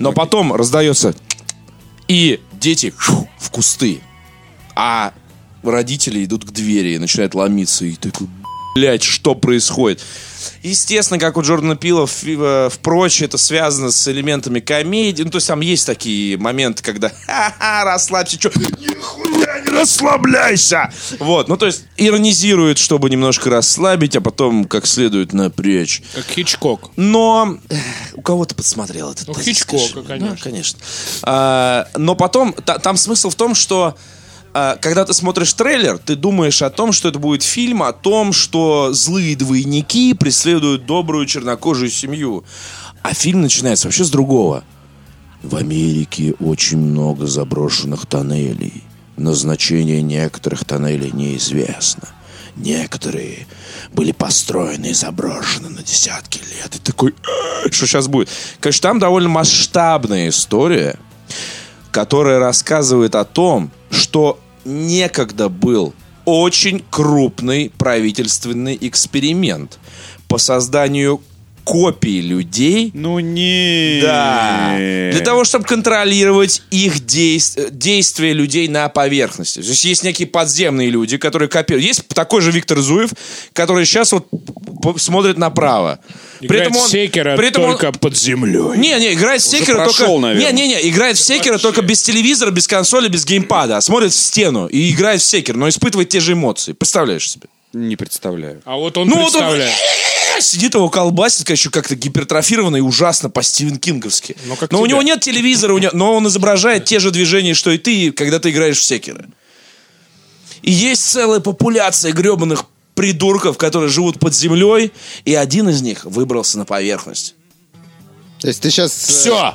S3: Но потом раздается и дети фу, в кусты. А родители идут к двери и начинают ломиться. И такой, блядь, что происходит? Естественно, как у Джордана Пила, в- э, впрочь, это связано с элементами комедии. Ну, то есть там есть такие моменты, когда «Ха-ха, расслабься, что? Нихуя не расслабляйся! Вот, ну, то есть иронизирует, чтобы немножко расслабить, а потом как следует напрячь.
S2: Как Хичкок.
S3: Но эх, у кого ты подсмотрел этот?
S2: Ну,
S3: тезис,
S2: Хичкока,
S3: скажи?
S2: конечно.
S3: Да, конечно. А, но потом та- там смысл в том, что а, когда ты смотришь трейлер, ты думаешь о том, что это будет фильм о том, что злые двойники преследуют добрую чернокожую семью, а фильм начинается вообще с другого. В Америке очень много заброшенных тоннелей. Назначение некоторых тоннелей неизвестно. Некоторые были построены и заброшены на десятки лет. И такой, «Э, что сейчас будет? Конечно, там довольно масштабная история, которая рассказывает о том, что некогда был очень крупный правительственный эксперимент по созданию копий людей,
S1: Ну не.
S3: да. Для того, чтобы контролировать их дейс- э, действия людей на поверхности. То есть есть некие подземные люди, которые копируют. Есть такой же Виктор Зуев, который сейчас вот п- смотрит направо.
S2: Играет Секера
S3: при этом он-
S2: только под землей.
S3: не, не, играет в секера
S1: прошел,
S3: только...
S1: наверное.
S3: Не, не, не, играет в секера только без телевизора, без консоли, без геймпада. А смотрит в стену и играет в секер, но испытывает те же эмоции. Представляешь себе?
S1: Не представляю.
S2: А вот он
S3: Ну вот он
S2: представляет.
S3: А сидит его колбасит, конечно, как-то гипертрофированно и ужасно по Стивен Кинговски.
S2: Ну, как
S3: но у
S2: тебя.
S3: него нет телевизора, у него, но он изображает те же движения, что и ты, когда ты играешь в секеры. И есть целая популяция гребаных придурков, которые живут под землей, и один из них выбрался на поверхность.
S4: То есть ты сейчас...
S3: Все!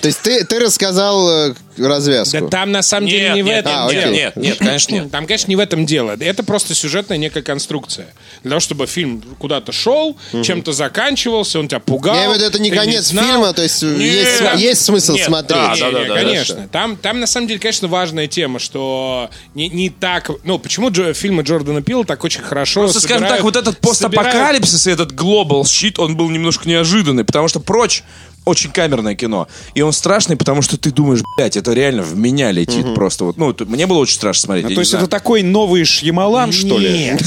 S4: То есть ты, ты рассказал э, развязку.
S2: Да там на самом деле
S3: Нет,
S2: не в
S3: нет,
S2: этом
S4: А,
S2: дело.
S4: окей.
S3: нет, нет, конечно, нет.
S2: Там, конечно, не в этом дело. Это просто сюжетная некая конструкция. Для того, чтобы фильм куда-то шел, чем-то заканчивался, он тебя пугал.
S4: Я имею в виду, это не
S2: ты
S4: конец
S2: знал.
S4: фильма, то есть э,
S2: Нет.
S4: есть см- есть смысл
S2: Нет,
S4: смотреть.
S2: да, да,
S3: да,
S2: да,
S3: да,
S2: конечно. Там, там на самом деле, конечно, важная тема, что не, не так... Ну, почему Джо- фильмы Джордана Пила так очень хорошо
S1: Ну,
S3: Просто, скажем
S2: собирают-
S3: так, вот этот
S2: собирают-
S3: постапокалипсис и этот глобал щит, он был немножко неожиданный, потому что прочь очень камерное кино. И он страшный, потому что ты думаешь, блядь, это реально в меня летит просто. Вот, ну, т- мне было очень страшно смотреть. я
S1: Ну, То
S3: не
S1: есть
S3: знаю.
S1: это такой новый Шьямалан, что ли?
S2: Нет.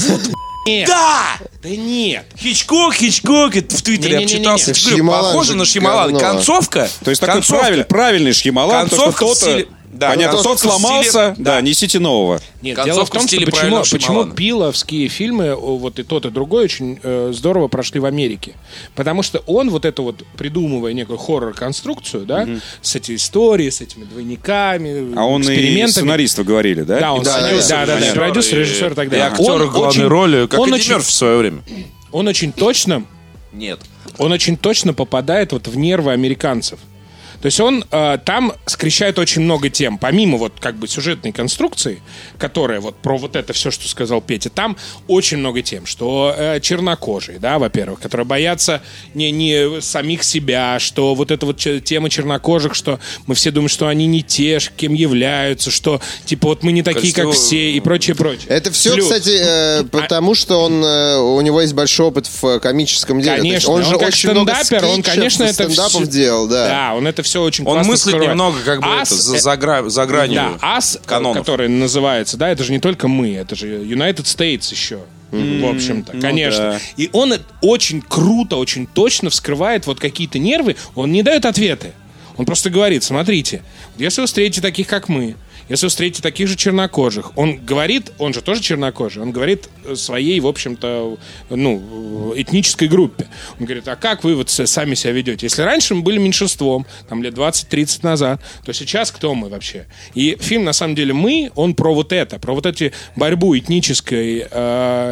S2: Нет.
S3: Да!
S2: Да нет.
S3: Хичкок, Хичкок, это в Твиттере
S2: Не-не-не-не.
S3: обчитался. Говорю,
S4: Шьямалан
S3: Похоже
S4: же
S3: на Шьямалан.
S4: говно.
S3: Концовка.
S1: То есть такой
S3: концовка-
S1: правиль- правильный Шьямалан, то, что
S3: Концовка в
S1: кто-то...
S3: стиле- да,
S1: понятно,
S3: концовка
S1: тот
S3: в стиле-
S1: сломался, да, несите нового.
S2: Нет,
S3: Концовка
S2: дело в том,
S3: в стиле
S2: что почему,
S3: правильного
S2: почему
S3: Шьямалана.
S2: пиловские фильмы, о, вот и тот, и другой, очень э, здорово прошли в Америке. Потому что он, вот это вот, придумывая некую хоррор-конструкцию, да, с этой историей, с этими двойниками,
S1: А он и
S2: экспериментами.
S1: сценаристу говорили, да?
S2: Да, он
S4: Да,
S2: сценарист,
S4: да,
S2: да, да, да,
S3: Режиссер
S2: продюсер,
S3: и-
S2: режиссер и так
S3: И
S2: далее.
S3: актеры
S2: Он
S3: главной
S2: очень-
S3: роли, как
S2: он
S3: и
S2: очень-
S3: Димер в свое время.
S2: Он очень точно
S3: Нет.
S2: он очень точно попадает вот в нервы американцев. То есть он э, там скрещает очень много тем, помимо вот как бы сюжетной конструкции, которая вот про вот это все, что сказал Петя, там очень много тем, что э, чернокожие, да, во-первых, которые боятся не, не самих себя, что вот эта вот че- тема чернокожих, что мы все думаем, что они не те, ж, кем являются, что типа вот мы не такие, как
S3: Кольцо-
S2: все и прочее, прочее.
S4: Это все,
S2: Плюс- А-
S4: кстати, э, потому что он, э, у него есть большой опыт в э, комическом деле. То есть
S2: Конечно, он,
S4: он же
S2: как
S4: очень много
S2: стендапер, он,
S4: скетчев
S2: конечно,
S4: и
S2: это
S4: стендапов
S2: всё-
S4: делал, да.
S2: Да, он это все очень
S3: Он
S2: классно
S3: мыслит
S2: скрывает.
S3: немного как бы
S2: Ас-
S3: это, за,
S2: э,
S3: за гра- за гранью.
S2: Да, АС, э,
S3: канонов.
S2: который называется, да, это же не только мы, это же United States еще. В общем-то,
S3: Ну
S2: конечно.
S1: да.
S2: И он это очень круто, очень точно вскрывает вот какие-то нервы, он не дает ответы. Он просто говорит, смотрите, если вы встретите таких, как мы, если вы встретите таких же чернокожих, он говорит, он же тоже чернокожий, он говорит э, своей, в общем-то, э, ну, э, этнической группе. Он говорит, а как вы вот с- сами себя ведете? Если раньше мы были меньшинством, там лет 20-30 назад, то сейчас кто мы вообще? И фильм, на самом деле, «Мы», он про вот это, про вот эти борьбу этнической,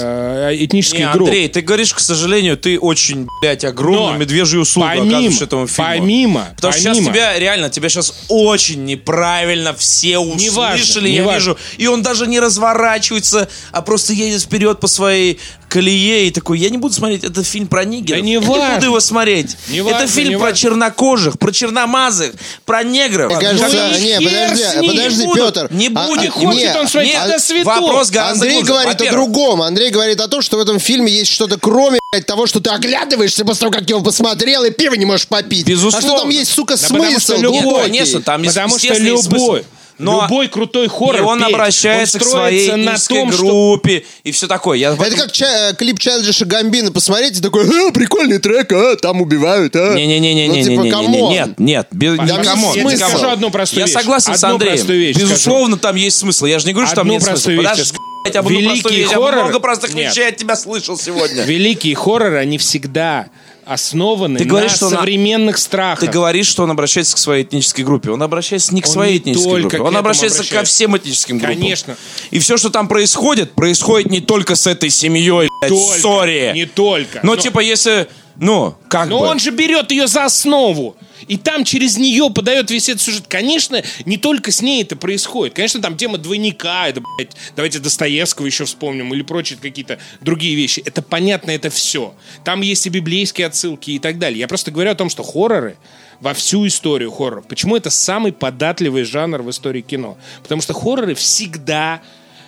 S2: э, этнической
S3: Не,
S2: группы.
S3: Андрей, ты говоришь, к сожалению, ты очень, блядь, огромную
S2: Но
S3: медвежью услугу
S2: помимо-
S3: оказываешь этому фильму.
S2: помимо-
S3: Потому что сейчас
S2: помимо.
S3: тебя, реально, тебя сейчас очень неправильно все услышали,
S2: Неважно,
S3: я
S2: неважно.
S3: вижу. И он даже не разворачивается, а просто едет вперед по своей колее и такой, я не буду смотреть этот фильм про нигеров.
S2: Да не
S3: я
S2: важно.
S3: не буду его смотреть.
S2: Не
S3: Это
S2: важно,
S3: фильм
S2: не
S3: про
S2: важно.
S3: чернокожих, про черномазых, про негров.
S4: Мне кажется, а,
S3: Ну и
S4: не,
S3: хер
S4: подожди,
S3: с ним.
S4: подожди,
S3: Не буду,
S4: Петр.
S3: Не
S4: А-
S3: будет.
S4: а- Хочет не, он
S2: свои
S3: нет,
S2: тогда святок.
S3: Вопрос гораздо
S4: Андрей
S3: глубже.
S4: говорит о
S3: Во-первых,
S4: другом. Андрей говорит о том, что в этом фильме есть что-то кроме блядь, того, что ты оглядываешься после того, как его посмотрел, и пиво не можешь попить.
S3: Безусловно.
S4: А что там есть, сука,
S2: Да потому
S4: смысл
S2: что любой-
S4: глубокий.
S3: ну, конечно, там есть
S2: Потому что
S3: естественный
S2: любой,
S3: смысл. Но
S2: любой крутой хоррор,
S3: И он
S2: Петь,
S3: обращается
S2: он
S3: к своей
S2: строится на
S3: этнической
S2: том, что
S3: группе и все такое. Я в
S4: Это
S3: этом-
S4: как ча- э, клип Чайлджиша Гамбина. Посмотрите, такой, «Э, прикольный трек, а, там убивают, а.
S3: Не-не-не-не-не-не-не-не.
S4: Ну, типа, камон.
S3: Нет, нет, без-
S2: Там
S3: не
S4: есть
S3: камон,
S4: смысл.
S3: не камон.
S4: Я скажу
S2: одну простую
S3: Я
S2: вещь.
S3: согласен с
S2: Одну
S3: Андреем.
S2: простую вещь скажу.
S3: Безусловно, там есть смысл. Я же не говорю, что там
S2: Одну
S3: нет смысла.
S2: простую вещь
S3: Подожди,
S2: я скажу.
S3: блядь, об одну
S2: Великий
S3: простую вещь. Я
S2: хоррор-
S3: много простых
S2: Нет.
S3: вещей от тебя слышал сегодня.
S2: Великие хорроры, они всегда основаны
S3: Ты говоришь,
S2: на
S3: что на-
S2: современных страхах.
S3: Ты говоришь, что он обращается к своей этнической группе. Он обращается не к
S2: Он
S3: своей
S2: не
S3: этнической
S2: только
S3: группе.
S2: к
S3: Он
S2: этому
S3: обращается ко
S2: обращается.
S3: всем этническим группам.
S2: Конечно.
S3: И все, что там происходит, происходит не только с этой семьей, блядь,
S2: Только,
S3: сори.
S2: Не только.
S3: Но, типа, если... Ну, как
S2: Но
S3: бы...
S2: он же берет ее за основу. И там через нее подает весь этот сюжет. Конечно, не только с ней это происходит. Конечно, там тема двойника, это, блядь, давайте Достоевского еще вспомним, или прочие какие-то другие вещи. Это понятно, это все. Там есть и библейские отсылки и так далее. Я просто говорю о том, что хорроры во всю историю хорроров. Почему это самый податливый жанр в истории кино? Потому что хорроры всегда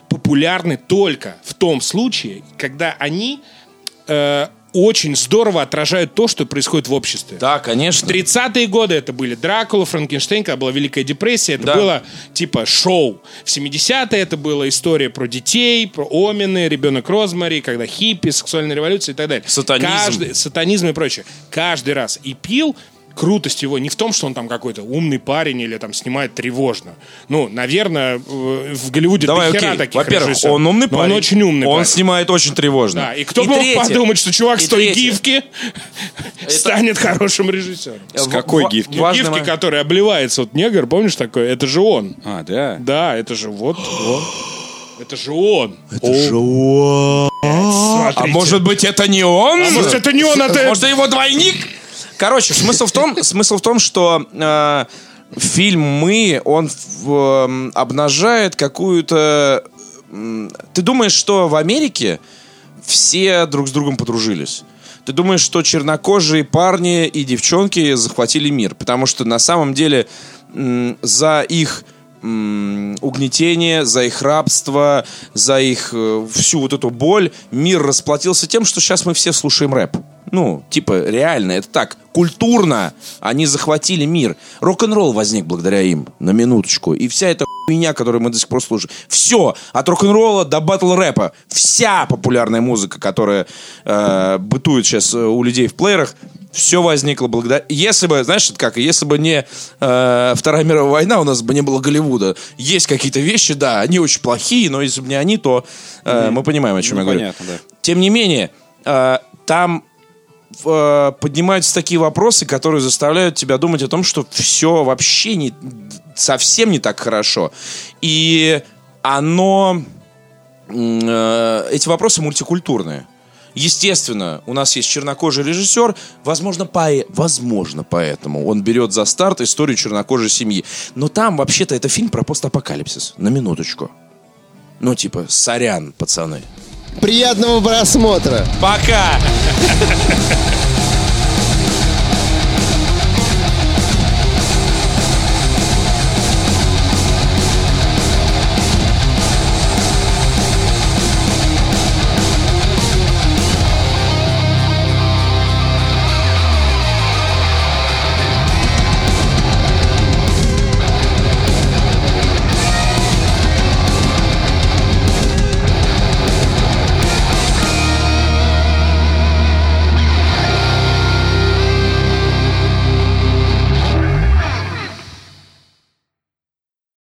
S2: популярны только в том случае, когда они э, очень здорово отражают то, что происходит в обществе.
S3: Да, конечно.
S2: 30-е годы это были Дракула, Франкенштейн, когда была Великая депрессия, это
S3: Да.
S2: было типа шоу. В 70-е это была история про детей, про Омены, ребенок Розмари, когда хиппи, сексуальная революция и так далее.
S3: Сатанизм.
S2: Каждый- сатанизм и прочее. Каждый раз. И пил крутость его не в том, что он там какой-то умный парень или там снимает тревожно. Ну, наверное, э, в Голливуде
S3: Давай,
S2: дохера
S3: окей.
S2: таких
S3: Во-первых,
S2: режиссеров.
S3: он умный
S2: Но
S3: парень.
S2: Он очень умный
S3: Он
S2: парень.
S3: снимает очень тревожно.
S2: Да, и кто мог
S3: третье.
S2: подумать, что чувак
S3: И
S2: с той
S3: третье.
S2: гифки станет хорошим режиссером?
S1: С какой
S3: Ва-
S1: гифки?
S3: важный
S2: гифки,
S3: момент.
S2: который обливается, вот негр, помнишь такое? Это же он.
S1: А, да.
S2: Да, это же вот он. Это же он. Это
S3: же
S2: он.
S3: А может быть, это не он?
S2: А может, это не он, а ты-
S3: Может, его двойник? Короче, смысл в том, смысл в том, что э, фильм «Мы», он эм, обнажает какую-то... м, Ты думаешь, что в Америке все друг с другом подружились? Ты думаешь, что чернокожие парни и девчонки захватили мир? Потому что на самом деле м, за их м, угнетение, за их рабство, за их э, всю вот эту боль мир расплатился тем, что сейчас мы все слушаем рэп. Ну, типа, реально, это так, культурно они захватили мир. Рок-н-ролл возник благодаря им, на минуточку. И вся эта хуйня, которую мы до сих пор слушаем. Все, от рок-н-ролла до батл-рэпа. Вся популярная музыка, которая э, бытует сейчас у людей в плеерах, все возникло благодаря... Если бы, знаешь, это как, если бы не э, Вторая мировая война, у нас бы не было Голливуда. Есть какие-то вещи, да, они очень плохие, но если бы не они, то э, мы понимаем, о чем
S1: Ну,
S3: я говорю.
S1: понятно, да.
S3: Тем не менее, э, там э, поднимаются такие вопросы, которые заставляют тебя думать о том, что все вообще не, совсем не так хорошо. И оно... м, э, Эти вопросы мультикультурные. Естественно, у нас есть чернокожий режиссер, возможно, пое- возможно, поэтому он берет за старт историю чернокожей семьи. Но там вообще-то это фильм про постапокалипсис, на минуточку. Ну, типа, сорян, пацаны.
S4: Приятного просмотра!
S3: Пока!